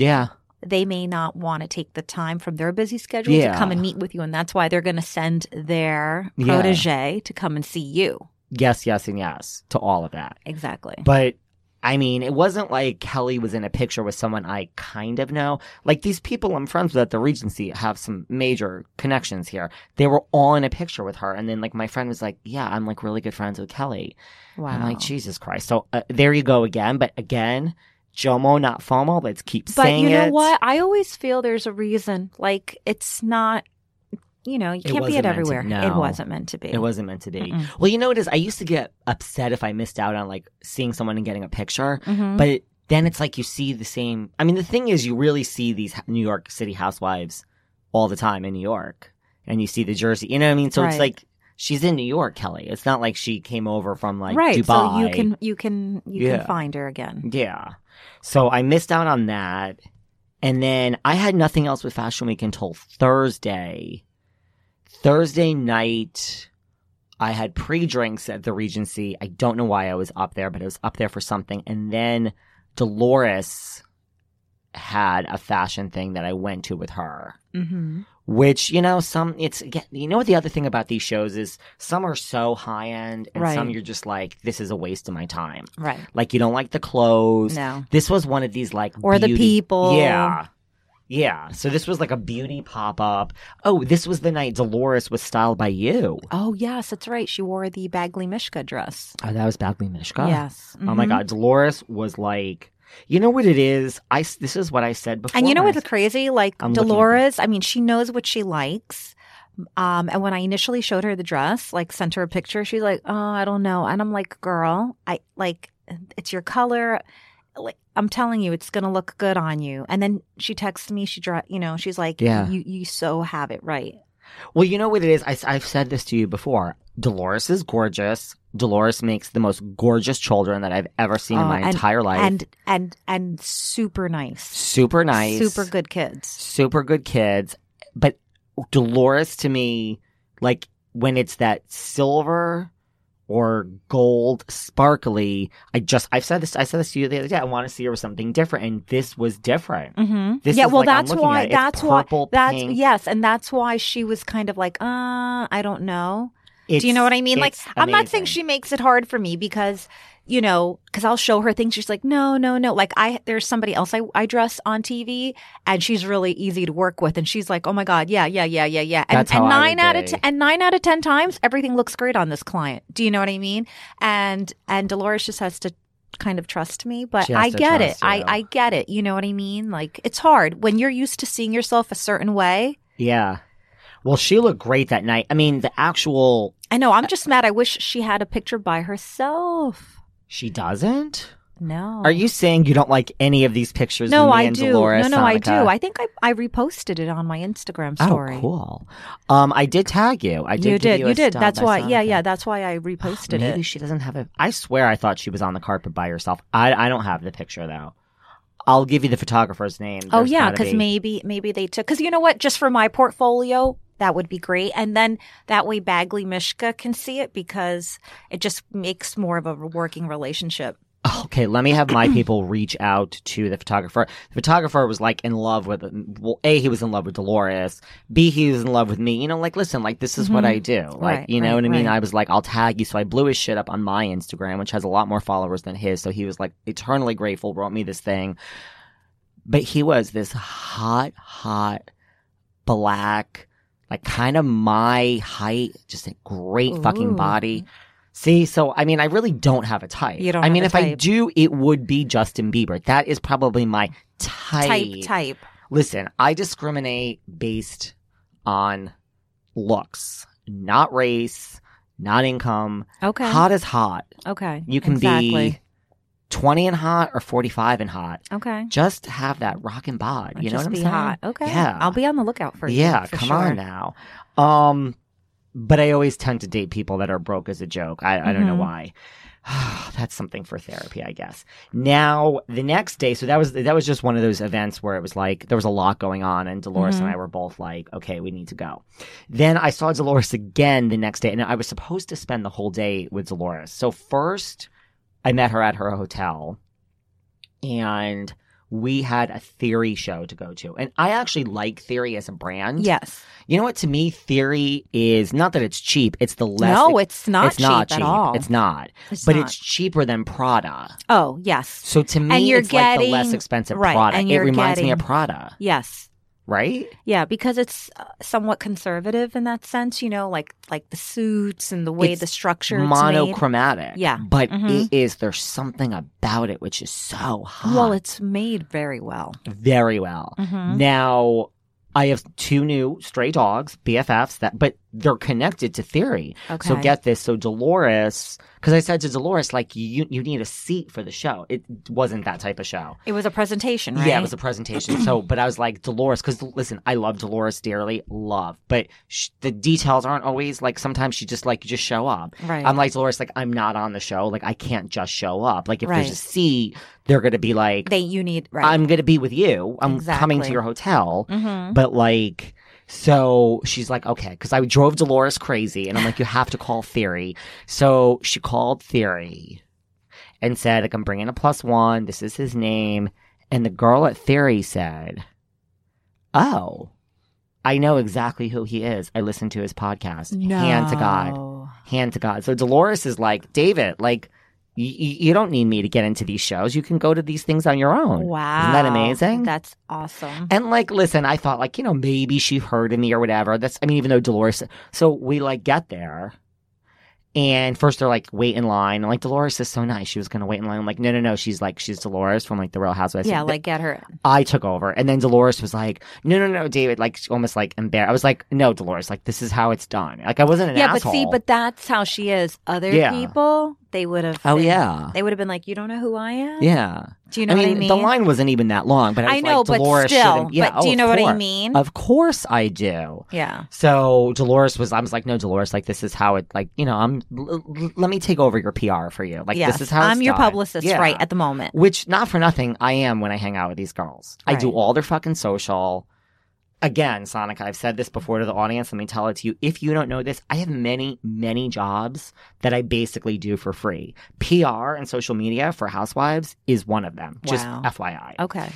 yeah, they may not want to take the time from their busy schedule Yeah. to come and meet with you, and that's why they're going to send their Yeah. protege to come and see you. yes, yes, and yes to all of that. Exactly. But I mean, it wasn't like Kelly was in a picture with someone I kind of know. Like these people I'm friends with at the Regency have some major connections here. They were all in a picture with her, and then like my friend was like, "Yeah, I'm like really good friends with Kelly." Wow. I'm like, "Jesus Christ!" So uh, there you go again. But again, Jomo, not FOMO. Let's keep but saying you know it. what? I always feel there's a reason. Like it's not. You know, you It can't be wasn't meant it to- everywhere. It no. wasn't meant to be. It wasn't meant to be. Mm-mm. Well, you know what it is? I used to get upset if I missed out on like seeing someone and getting a picture, Mhm. but it, then it's like you see the same. I mean, the thing is, you really see these h- New York City housewives all the time in New York, and you see the jersey. You know what I mean? So it's Right. like she's in New York, Kelly. It's not like she came over from like right. Dubai. So you can you can you Yeah. can find her again. Yeah. So I missed out on that. And then I had nothing else with Fashion Week until Thursday. Thursday night, I had pre drinks at the Regency. I don't know why I was up there, but I was up there for something. And then Dolores had a fashion thing that I went to with her Mm-hmm. which you know some it's again, you know what the other thing about these shows is some are so high end and Right. some you're just like this is a waste of my time Right. like you don't like the clothes No. this was one of these like Or the beauty- people. Yeah. Yeah. So this was like a beauty pop up. Oh, this was the night Dolores was styled by you. Oh yes, that's right. She wore the Bagley Mishka dress. Oh, that was Bagley Mishka. Yes. Oh my Mhm. god. Dolores was like You know what it is? I s- this is what I said before. And you know when I what's crazy? Like I'm looking at Dolores, I mean, she knows what she likes. Um, and when I initially showed her the dress, like sent her a picture, she's like, "Oh, I don't know." And I'm like, "Girl, I like it's your color. Like, I'm telling you, it's gonna look good on you." And then she texts me. She draw, you know, she's like, Yeah. you you so have it right." Well, you know what it is? I, have said this to you before. Dolores is gorgeous. Dolores makes the most gorgeous children that I've ever seen in Oh, my and- entire life. And and and super nice, super nice, super good kids. super good kids. But Dolores to me, like when it's that silver or gold sparkly, I just I've said this I said this to you the other day. I want to see her with something different, and this was different. Mm-hmm. This yeah, is well, like I'm that's looking why. at it. It's That's why. purple, That's pink. yes, and that's why she was kind of like, uh, I don't know. Do you know what I mean? Like, I'm not saying she makes it hard for me because, you know, because I'll show her things. She's like, no, no, no. Like, I there's somebody else I I dress on TV, and she's really easy to work with, and she's like, oh my god, yeah, yeah, yeah, yeah, yeah. And, That's and how I nine would out of be. ten, and nine out of ten times, everything looks great on this client. Do you know what I mean? And and Dolores just has to kind of trust me, but She has I to get it. trust I you. I get it. You know what I mean? Like, it's hard when you're used to seeing yourself a certain way. Yeah. Well, she looked great that night. I mean, the actual I know. I'm just mad. I wish she had a picture by herself. she doesn't. No. Are you saying you don't like any of these pictures? Oh. No, of me I and do. Dolores no, no, I do. Sonica? I think I, I reposted it on my Instagram story. Oh, cool. Um, I did tag you. I did. you give did. You, You, a did. stab That's by why. Yeah, Sonica. Oh, yeah. That's why I reposted Maybe it. she doesn't have it. I swear, I thought she was on the carpet by herself. I I don't have the picture though. I'll give you the photographer's name. oh There's yeah, gotta because be- maybe maybe they took. Because you know what? Just for my portfolio, that would be great. And then that way Bagley Mishka can see it because it just makes more of a working relationship. Oh, Okay, let me have my people reach out to the photographer. The photographer was like in love with, well, A, he was in love with Dolores. B, he was in love with me. You know, like, listen, like, this is what Mhm. I do. Like, Right, you know right, what I mean? right. I was like, I'll tag you. So I blew his shit up on my Instagram, which has a lot more followers than his. So he was like eternally grateful, brought me this thing. But he was this hot, hot, black, like kind of my height, just a great fucking Ooh. body. See, so I mean, I really don't have a type. You don't I have mean, a if I type. do, it would be Justin Bieber. That is probably my type. Type type. Listen, I discriminate based on looks, not race, not income. Okay. Hot is hot. Okay. You can exactly. be twenty and hot or forty-five and hot. Okay. Just have that rockin' bod. You know just what I'm be saying? hot. Okay. Yeah. I'll be on the lookout for you. Yeah, for come sure. on now. Um, but I always tend to date people that are broke as a joke. I, I don't know Mhm. why. That's something for therapy, I guess. Now the next day, so that was that was just one of those events where it was like there was a lot going on, and Dolores Mm-hmm. and I were both like, "Okay, we need to go." Then I saw Dolores again the next day, and I was supposed to spend the whole day with Dolores. So first, I met her at her hotel, and we had a theory show to go to, and I actually like theory as a brand. Yes. You know what? To me, theory is not that it's cheap. It's the less. e no, it's not it's not cheap at all. It's not. It's but not. it's cheaper than Prada. Oh yes, So to me, you're it's like the less getting- expensive right, Prada. and it you're reminds me of getting- Prada, yes, right? yeah, because it's uh, somewhat conservative in that sense. You know, like like the suits and the way It's the structure it's made. Monochromatic. Yeah. But Mhm. it is. There's something about it which is so hot. Well, it's made very well. very well. Mhm. Now. I have two new stray dogs, BFFs, that but they're connected to theory. Okay. So get this. So Dolores, because I said to Dolores, like you, you need a seat for the show. It wasn't that type of show. it was a presentation, right? Yeah, it was a presentation. so, but I was like Dolores, because listen, I love Dolores dearly, love, but sh- the details aren't always like. Sometimes she just like you just show up. right. I'm like Dolores, like I'm not on the show. Like I can't just show up. Like if there's a Right. seat, they're gonna be like, they you need right. I'm gonna be with you. I'm coming to Exactly. your hotel. Mhm. But like, so she's like, okay, because I drove Dolores crazy, and I'm like, you have to call Theory. So she called Theory and said, like, I'm bringing a plus one. This is his name. And the girl at Theory said, oh, I know exactly who he is. I listened to his podcast. Hand to God No. hand to God. So Dolores is like, David, like, y- y- you don't need me to get into these shows. You can go to these things on your own. Wow. Isn't that amazing? That's awesome. and like, listen, I thought like, you know, maybe she heard of me or whatever. That's, I mean, even though Dolores, so we like get there And first they're like, wait in line. And like Dolores is so nice. She was gonna wait in line. I'm like, no, no, no. She's like, she's Dolores from like the Real Housewives. yeah, Th- like get her. I took over. And then Dolores was like, no, no, no, David, like she almost like embarrassed. I was like, no, Dolores, like this is how it's done. Like I wasn't an yeah, asshole. but see, but that's how she is. Other Yeah. people, they would have. Oh been- yeah. They would have been like, "You don't know who I am." Yeah. Do you know I mean, what I mean? the line wasn't even that long, but I, was I know, like, but Dolores still. shouldn't- yeah, but oh, do you of know what I course. mean? Of course I do. yeah. So Dolores was, I was like, no, Dolores, like this is how it, like you know, I'm. L- l- let me take over your PR for you. Like yes. this is how I'm it's your done. publicist, Yeah. right? At the moment. Which, not for nothing, I am when I hang out with these girls. I do Right. all their fucking social. Again, Sonica, I've said this before to the audience. Let me tell it to you. If you don't know this, I have many, many jobs that I basically do for free. PR and social media for housewives is one of them. Just Wow. FYI. Okay.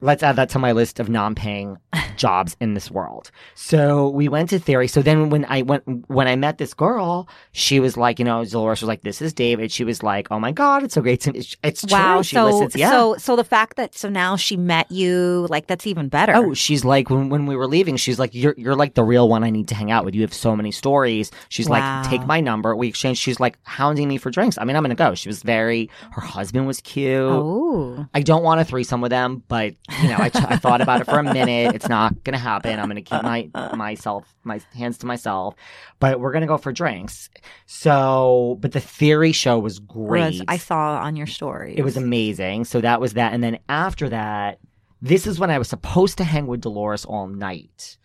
Let's add that to my list of non-paying jobs in this world. So we went to theory. So then when I went when I met this girl, she was like, you know, Dolores was like, "This is David." She was like, "Oh my god, it's so great to it's, it's Wow. true." She so listens, yeah. so so the fact that so now she met you, like that's even better. Oh, she's like when when we were leaving, she's like, "You're you're like the real one. I need to hang out with. You have so many stories." She's Wow. like, "Take my number." We exchanged. She's like hounding me for drinks. I mean, I'm gonna go. She was very. Her husband was cute. Oh. I don't want a threesome with them, but you know, I, I thought about it for a minute. It's not gonna happen. I'm gonna keep my myself my hands to myself. But we're gonna go for drinks. So, but the theory show was great. Whereas I saw on your story. It was amazing. So that was that. And then after that, this is when I was supposed to hang with Dolores all night.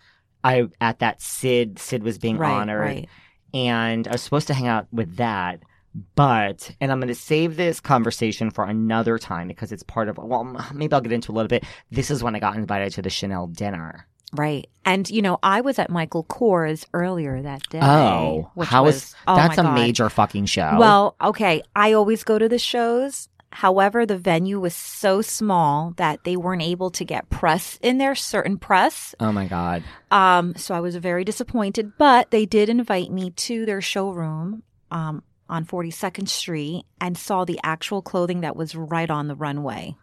I at that Sid Sid was being right, honored, Right. and I was supposed to hang out with that. But and I'm going to save this conversation for another time because it's part of. Well, m- maybe I'll get into a little bit. This is when I got invited to the Chanel dinner. Right. And you know, I was at Michael Kors earlier that day. oh, which how was, is oh that's my a God. major fucking show? Well, okay. I always go to the shows. However, the venue was so small that they weren't able to get press in there, certain press. oh my god, Um, so I was very disappointed, but they did invite me to their showroom um, on 42nd Street and saw the actual clothing that was right on the runway.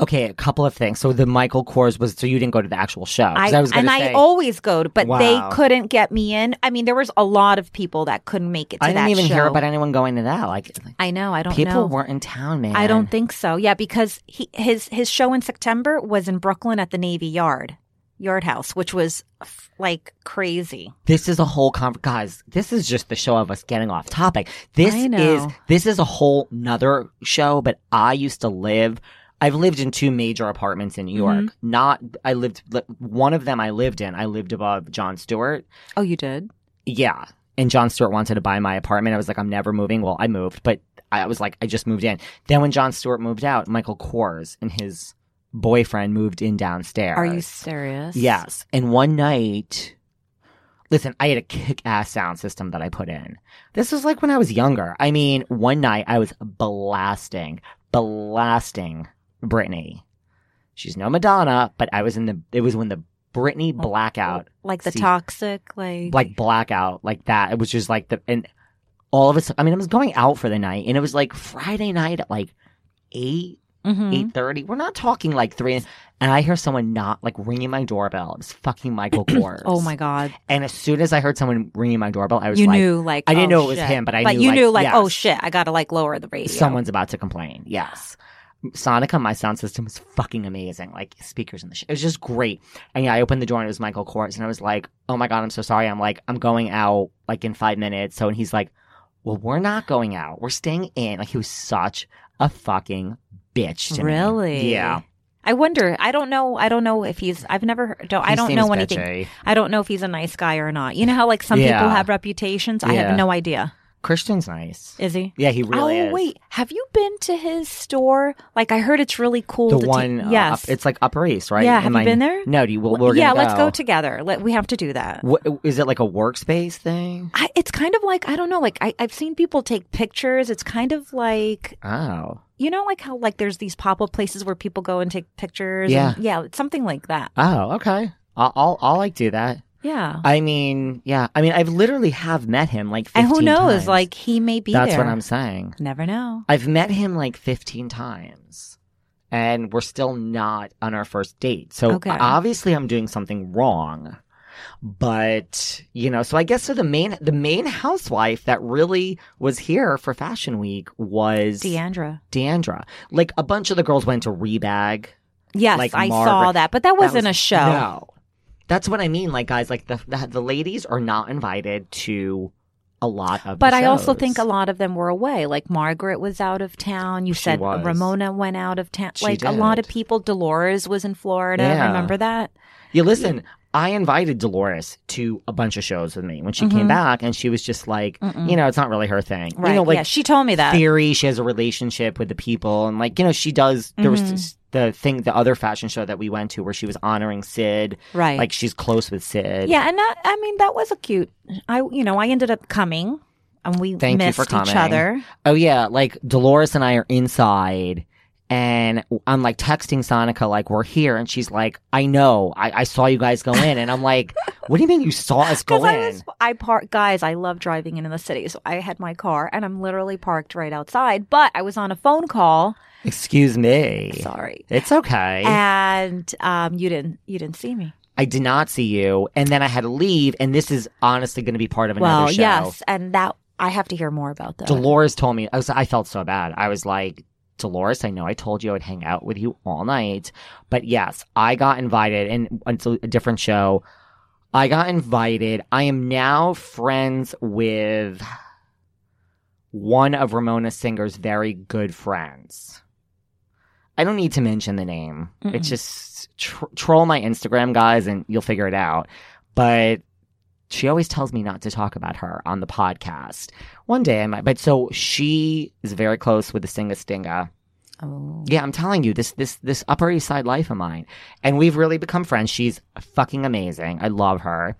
Okay, a couple of things. So the Michael Kors was so you didn't go to the actual show. Oh, 'Cause was gonna and say, I always go to, but Wow. they couldn't get me in. I mean, there was a lot of people that couldn't make it to I that didn't even show. hear about anyone going to that. Like, I know. I don't people know. weren't in town, man. I don't think so. Yeah, because he his his show in September was in Brooklyn at the Navy Yard Yard House, which was f- like crazy. this is a whole con guys. This is just the show of us getting off topic. This I know. is this is a whole nother show. But I used to live. I've lived in two major apartments in New York. Mm-hmm. Not I lived li- one of them. I lived in. I lived above John Stewart. Oh, you did? Yeah. And John Stewart wanted to buy my apartment. I was like, I'm never moving. Well, I moved, but I was like, I just moved in. Then when John Stewart moved out, Michael Kors and his boyfriend moved in downstairs. Are you serious? Yes. And one night, listen, I had a kick ass sound system that I put in. This was like when I was younger. I mean, one night I was blasting, blasting Britney. She's no Madonna, but I was in the, it was when the Britney blackout Like the See- toxic, like like blackout like that. It was just like the and all of a sudden. I mean, I was going out for the night, and it was like Friday night at like eight Mhm. eight thirty. We're not talking like three. And I hear someone not like ringing my doorbell. It was fucking Michael Kors. Oh my god! And as soon as I heard someone ringing my doorbell, I was You like, knew like I didn't oh, know it was shit. him, but I but knew, you like, knew like yes. oh shit, I gotta like lower the radio. someone's about to complain. Yes. Sonica, my sound system was fucking amazing. Like speakers and the shit. It was just great. And yeah, I opened the door and it was Michael Kors and I was like, Oh my god, I'm so sorry. I'm like, I'm going out like in five minutes. So and he's like, Well, we're not going out. We're staying in. Like he was such a fucking bitch to me. really? Yeah. I wonder. I don't know. I don't know if he's. I've never. heard- Don't, I He don't seems know anything. bitchy. I don't know if he's a nice guy or not. You know how like some Yeah. people have reputations. I Yeah. have no idea. Christian's nice. Is he? Yeah, he really oh is. wait, have you been to his store? Like I heard it's really cool. The to ta- one, uh, yes, up- it's like Upper East, right? Yeah, Am have you I- been there? No, do you? Well, we're yeah. gonna Let's go together. Let, we have to do that. What, is it like a workspace thing? I, it's kind of like I don't know. Like I, I've seen people take pictures. It's kind of like Oh, you know, like how like there's these pop up places where people go and take pictures. Yeah. and, yeah, it's something like that. oh, okay. I'll, I'll, I'll like do that. Yeah, I mean, yeah. I mean, I've literally have met him like, 15 and who knows? times. Like he may be that's there. what I'm saying. Never know. I've met him like 15 times, and we're still not on our first date. So Okay. obviously, I'm doing something wrong. But you know, so I guess so. The main the main housewife that really was here for Fashion Week was Deandra. Deandra. Like a bunch of the girls went to Rebag. Yes, Like I saw Margaret- that, but that That wasn't was- a show. No, that's what I mean. Like guys, like the the, the ladies are not invited to a lot of. the But I also shows. think a lot of them were away. Like Margaret was out of town. You She said was. Ramona went out of town. She like a lot did. of people. Dolores was in Florida. Yeah. Remember that? You listen, I invited Dolores to a bunch of shows with me when she came Mhm. back, and she was just like, Mm-mm. you know, it's not really her thing. Right. You know, like yeah, she told me that. theory, she has a relationship with the people, and like you know, she does. There was Mhm. this- the thing, the other fashion show that we went to where she was honoring Sid, right. like she's close with Sid. yeah, and that, I mean that was a cute. I you know I ended up coming, and we Thank you missed for each coming. other. Oh yeah, like Dolores and I are inside. And I'm like texting Sonica, like, we're here. And she's like, I know. I, I saw you guys go in. And I'm like, what do you mean you saw us go Because in? I was, I park, guys, I love driving in, in the city. So I had my car and I'm literally parked right outside, but I was on a phone call. Excuse me. Sorry. It's okay. And, um, you didn't, you didn't see me. I did not see you, and then I had to leave. And this is honestly going to be part of another Well, show. yes. And that, I have to hear more about that. Dolores told me I, was, I felt so bad. I was like, Dolores, I know I told you I'd hang out with you all night, but yes, I got invited, and it's a a different show. I got invited. I am now friends with one of Ramona Singer's very good friends. I don't need to mention the name. It's Mm-mm. just tr- troll my Instagram, guys, and you'll figure it out. But she always tells me not to talk about her on the podcast. One day I might, but so she is very close with the Singa Stinga. oh. Yeah, I'm telling you, this this this Upper East Side life of mine, and we've really become friends. She's fucking amazing. I love her,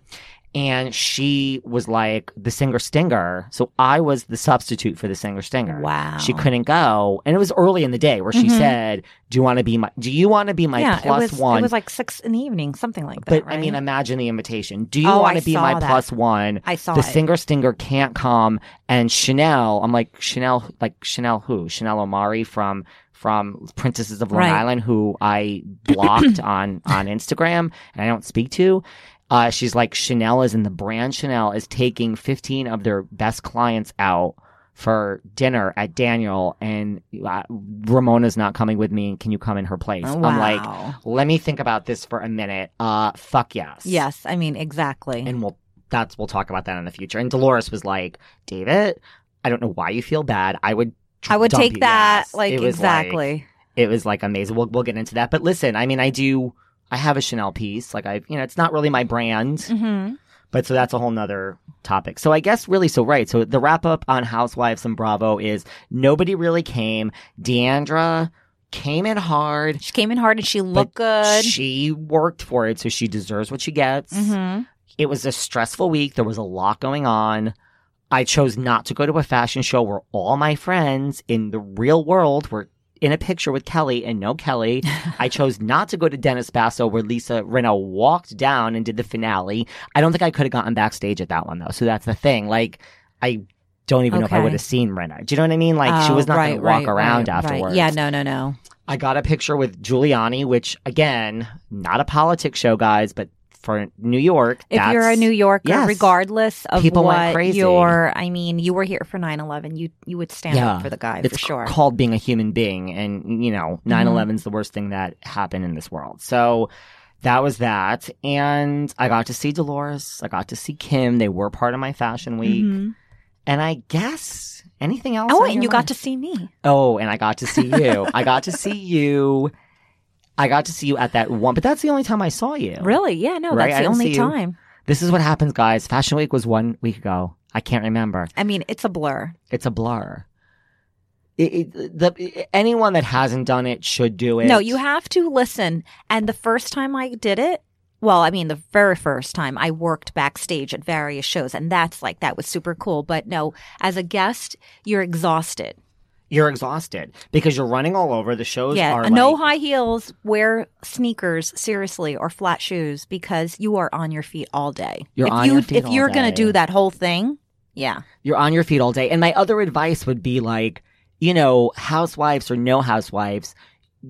and she was like the singer stinger. So I was the substitute for the singer stinger. Wow. She couldn't go, and it was early in the day where she Mhm. said, "Do you want to be my? Do you want to be my yeah, plus it was, one?" It was like six in the evening, something like that. but I mean, right? imagine the invitation. Do you Oh, want I to be my saw that. plus one? I saw the it. singer stinger can't come and chanel i'm like chanel like chanel who chanel omari from from princesses of long Right. island who i blocked on on instagram and i don't speak to uh, she's like chanel is in the brand chanel is taking 15 of their best clients out for dinner at daniel and uh, ramona's not coming with me can you come in her place Oh, i'm like wow. let me think about this for a minute uh fuck yes yes, I mean, exactly. and we'll that's we'll talk about that in the future. And Dolores was like, David, I don't know why you feel bad. I would. I would dump take you." that, Yes. like, It was exactly. it was like amazing. We'll we'll get into that. But listen, I mean, I do. I have a Chanel piece. Like I, you know, it's not really my brand, hmm but so that's a whole nother topic. So I guess really, so right. So the wrap up on Housewives and Bravo is nobody really came. Deandra came in hard. She came in hard and she looked good. She worked for it, so she deserves what she gets hmm it was a stressful week. There was a lot going on. I chose not to go to a fashion show where all my friends in the real world were in a picture with Kelly and no Kelly. I chose not to go to Dennis Basso where Lisa Rinna walked down and did the finale. I don't think I could have gotten backstage at that one though. So that's the thing. Like I don't even know if I Okay. would have seen Rinna. Do you know what I mean? Like she Oh, was not right, going to walk right, around right, right. afterwards. Yeah, no, no, no. I got a picture with Giuliani, which again, not a politics show, guys, but for New York, If you're a that's- New Yorker, Yes. regardless of People went what crazy. your, I mean, you were here for 9-11. You you would stand Yeah. up for the guy it's for sure. Mm-hmm. c- called being a human being and you know 9-11's the worst thing that happened in this world so that was that and i got to see dolores i got to see kim they were part of my fashion week Mhm. and i guess anything else Oh, on and your you got mind? to see me. oh and i got to see you i got to see you i got to see you at that one but that's the only time i saw you Really? Yeah, no, Right, that's I the don't see only you. time. this is what happens guys fashion week was one week ago i can't remember I mean, it's a blur. it's a blur it, it, the, anyone that hasn't done it should do it No, you have to listen. And the first time I did it, well, I mean, the very first time I worked backstage at various shows, and that's like, that was super cool. But no, as a guest, you're exhausted. you're exhausted because you're running all over. The shows yeah, are no like, high heels, wear sneakers seriously or flat shoes because you are on your feet all day. You're if on you your feet if all you're gonna day. do that whole thing, yeah. you're on your feet all day. And my other advice would be like, you know, housewives or no housewives,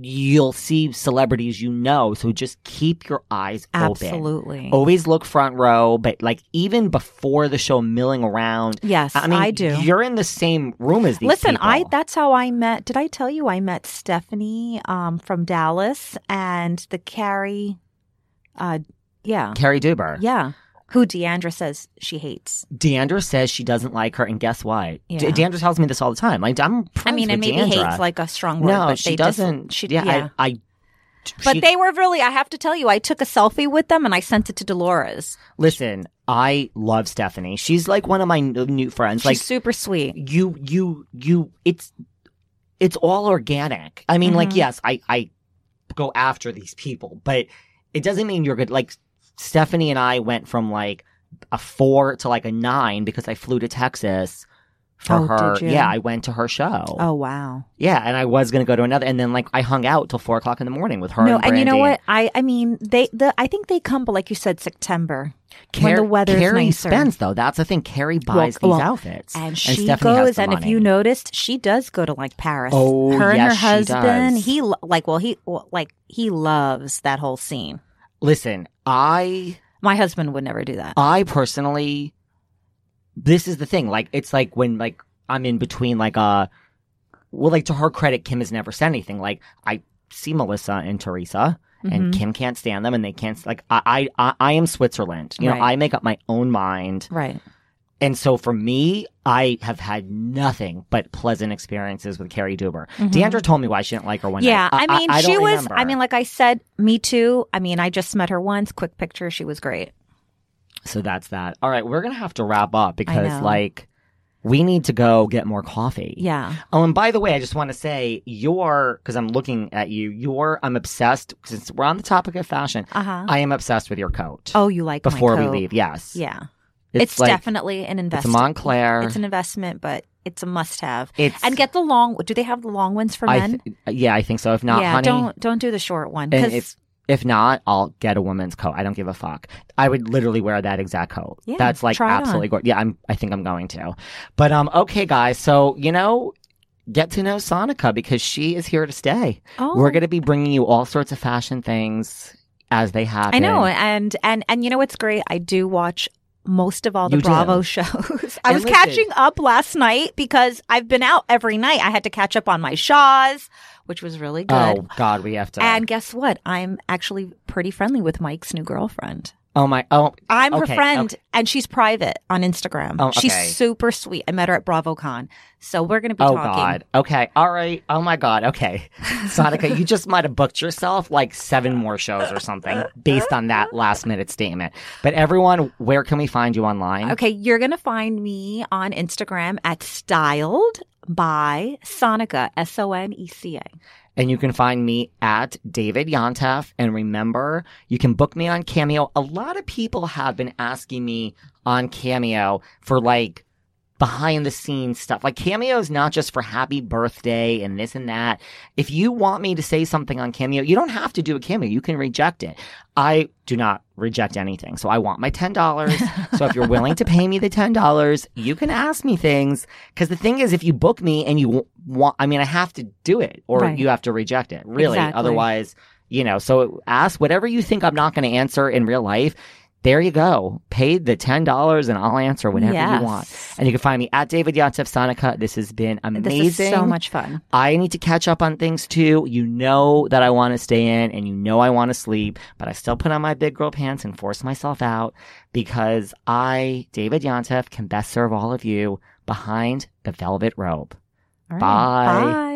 you'll see celebrities you know. So just keep your eyes open. Absolutely. Always look front row, but like even before the show, milling around. Yes, I mean, I do. You're in the same room as these. Listen, I people. that's how I met. Did I tell you I met Stephanie um, from Dallas and the Carrie? Uh, yeah, Carrie Duber. yeah. Who Deandra says she hates. Deandra says she doesn't like her, and guess what? Yeah. D- Deandra tells me this all the time. Like I'm. I friends mean, with and maybe Deandra. hates like a strong word. No, but she they just- doesn't. she, yeah, yeah, I. I but she- they were really. I have to tell you, I took a selfie with them and I sent it to Dolores. listen. I love Stephanie. She's like one of my n- new friends. She's like super sweet. you you you it's it's all organic i mean like Mhm. yes i i go after these people but it doesn't mean you're good like stephanie and i went from like a four to like a nine because i flew to texas for Oh, her did you? yeah i went to her show Oh wow. yeah and i was gonna go to another and then like i hung out till four o'clock in the morning with her no, and, and you know Brandy. what? I I mean, they the I think they come, but like you said, September. when the weather's Carrie nicer. spends though. That's the thing. Carrie buys Well, these well, outfits, and she Stephanie has goes the and if money. you noticed she does go to like paris Oh, her and yes, her she husband does. he lo- like well he well, like he loves that whole scene listen, I my husband would never do that I personally, this is the thing. Like, it's like when like I'm in between like uh, well, like to her credit, Kim has never said anything. Like I see Melissa and Teresa, and Mhm. Kim can't stand them, and they can't like I I I, I am Switzerland. You know, Right. I make up my own mind, right and so for me, I have had nothing but pleasant experiences with Carrie Duber. Mhm. Deandra told me why she didn't like her one yeah night. i mean don't she was remember. i mean like i said me too i mean i just met her once quick picture she was great So that's that. All right, we're gonna have to wrap up because know. like we need to go get more coffee. yeah Oh, and by the way, I just want to say your because I'm looking at you. Your I'm obsessed since we're on the topic of fashion. uh-huh I am obsessed with your coat. oh you like my Uh, before we coat. leave, yes, yeah it's, it's, like, definitely it's an a investment Montclair. it's an investment but it's a must have It's- and get the long do they have the long ones for I men th- yeah, I think so. If not, yeah honey, don't don't do the short one and 'cause- if if not, I'll get a woman's coat. I don't give a fuck. I would literally wear that exact coat. Yeah, That's like try it absolutely gorgeous. Yeah, I'm. I think I'm going to. But um, okay, guys. So you know. Get to know Sonica because she is here to stay. oh. We're going to be bringing you all sorts of fashion things as they happen. I know, and and and you know what's great? I do watch most of all the You do. Bravo shows. I And was listen- catching up last night because I've been out every night. I had to catch up on my Shaws, which was really good. Oh God, we have to. uh, and guess what? I'm actually pretty friendly with Mike's new girlfriend. oh my, oh, I'm Okay, her friend, okay. and she's private on Instagram. Oh, She's okay. super sweet. I met her at BravoCon, so we're gonna be oh talking. God. Okay, all right. Oh my God. Okay, Sonica, you just might have booked yourself like seven more shows or something based on that last minute statement. But everyone, where can we find you online? Okay, you're going to find me on Instagram at styled by Sonica, S O N E C A. And you can find me at David Yontef. And remember, you can book me on Cameo. A lot of people have been asking me on Cameo for like behind the scenes stuff. Like Cameo is not just for happy birthday and this and that. If you want me to say something on Cameo, you don't have to do a Cameo. You can reject it. I do not reject anything. So I want my $10. so if you're willing to pay me the $10, you can ask me things. Cause the thing is, if you book me and you w- want, I mean, I have to do it or Right. you have to reject it. Really. Exactly. Otherwise, you know, so ask whatever you think I'm not going to answer in real life. There you go. Pay the $10 and I'll answer whatever Yes. you want. And you can find me at David Yontef Sonica. This has been amazing. This is so much fun. I need to catch up on things too. You know that I want to stay in and you know I want to sleep, but I still put on my big girl pants and force myself out because I, David Yontef, can best serve all of you behind the velvet robe. All right. Bye. Bye.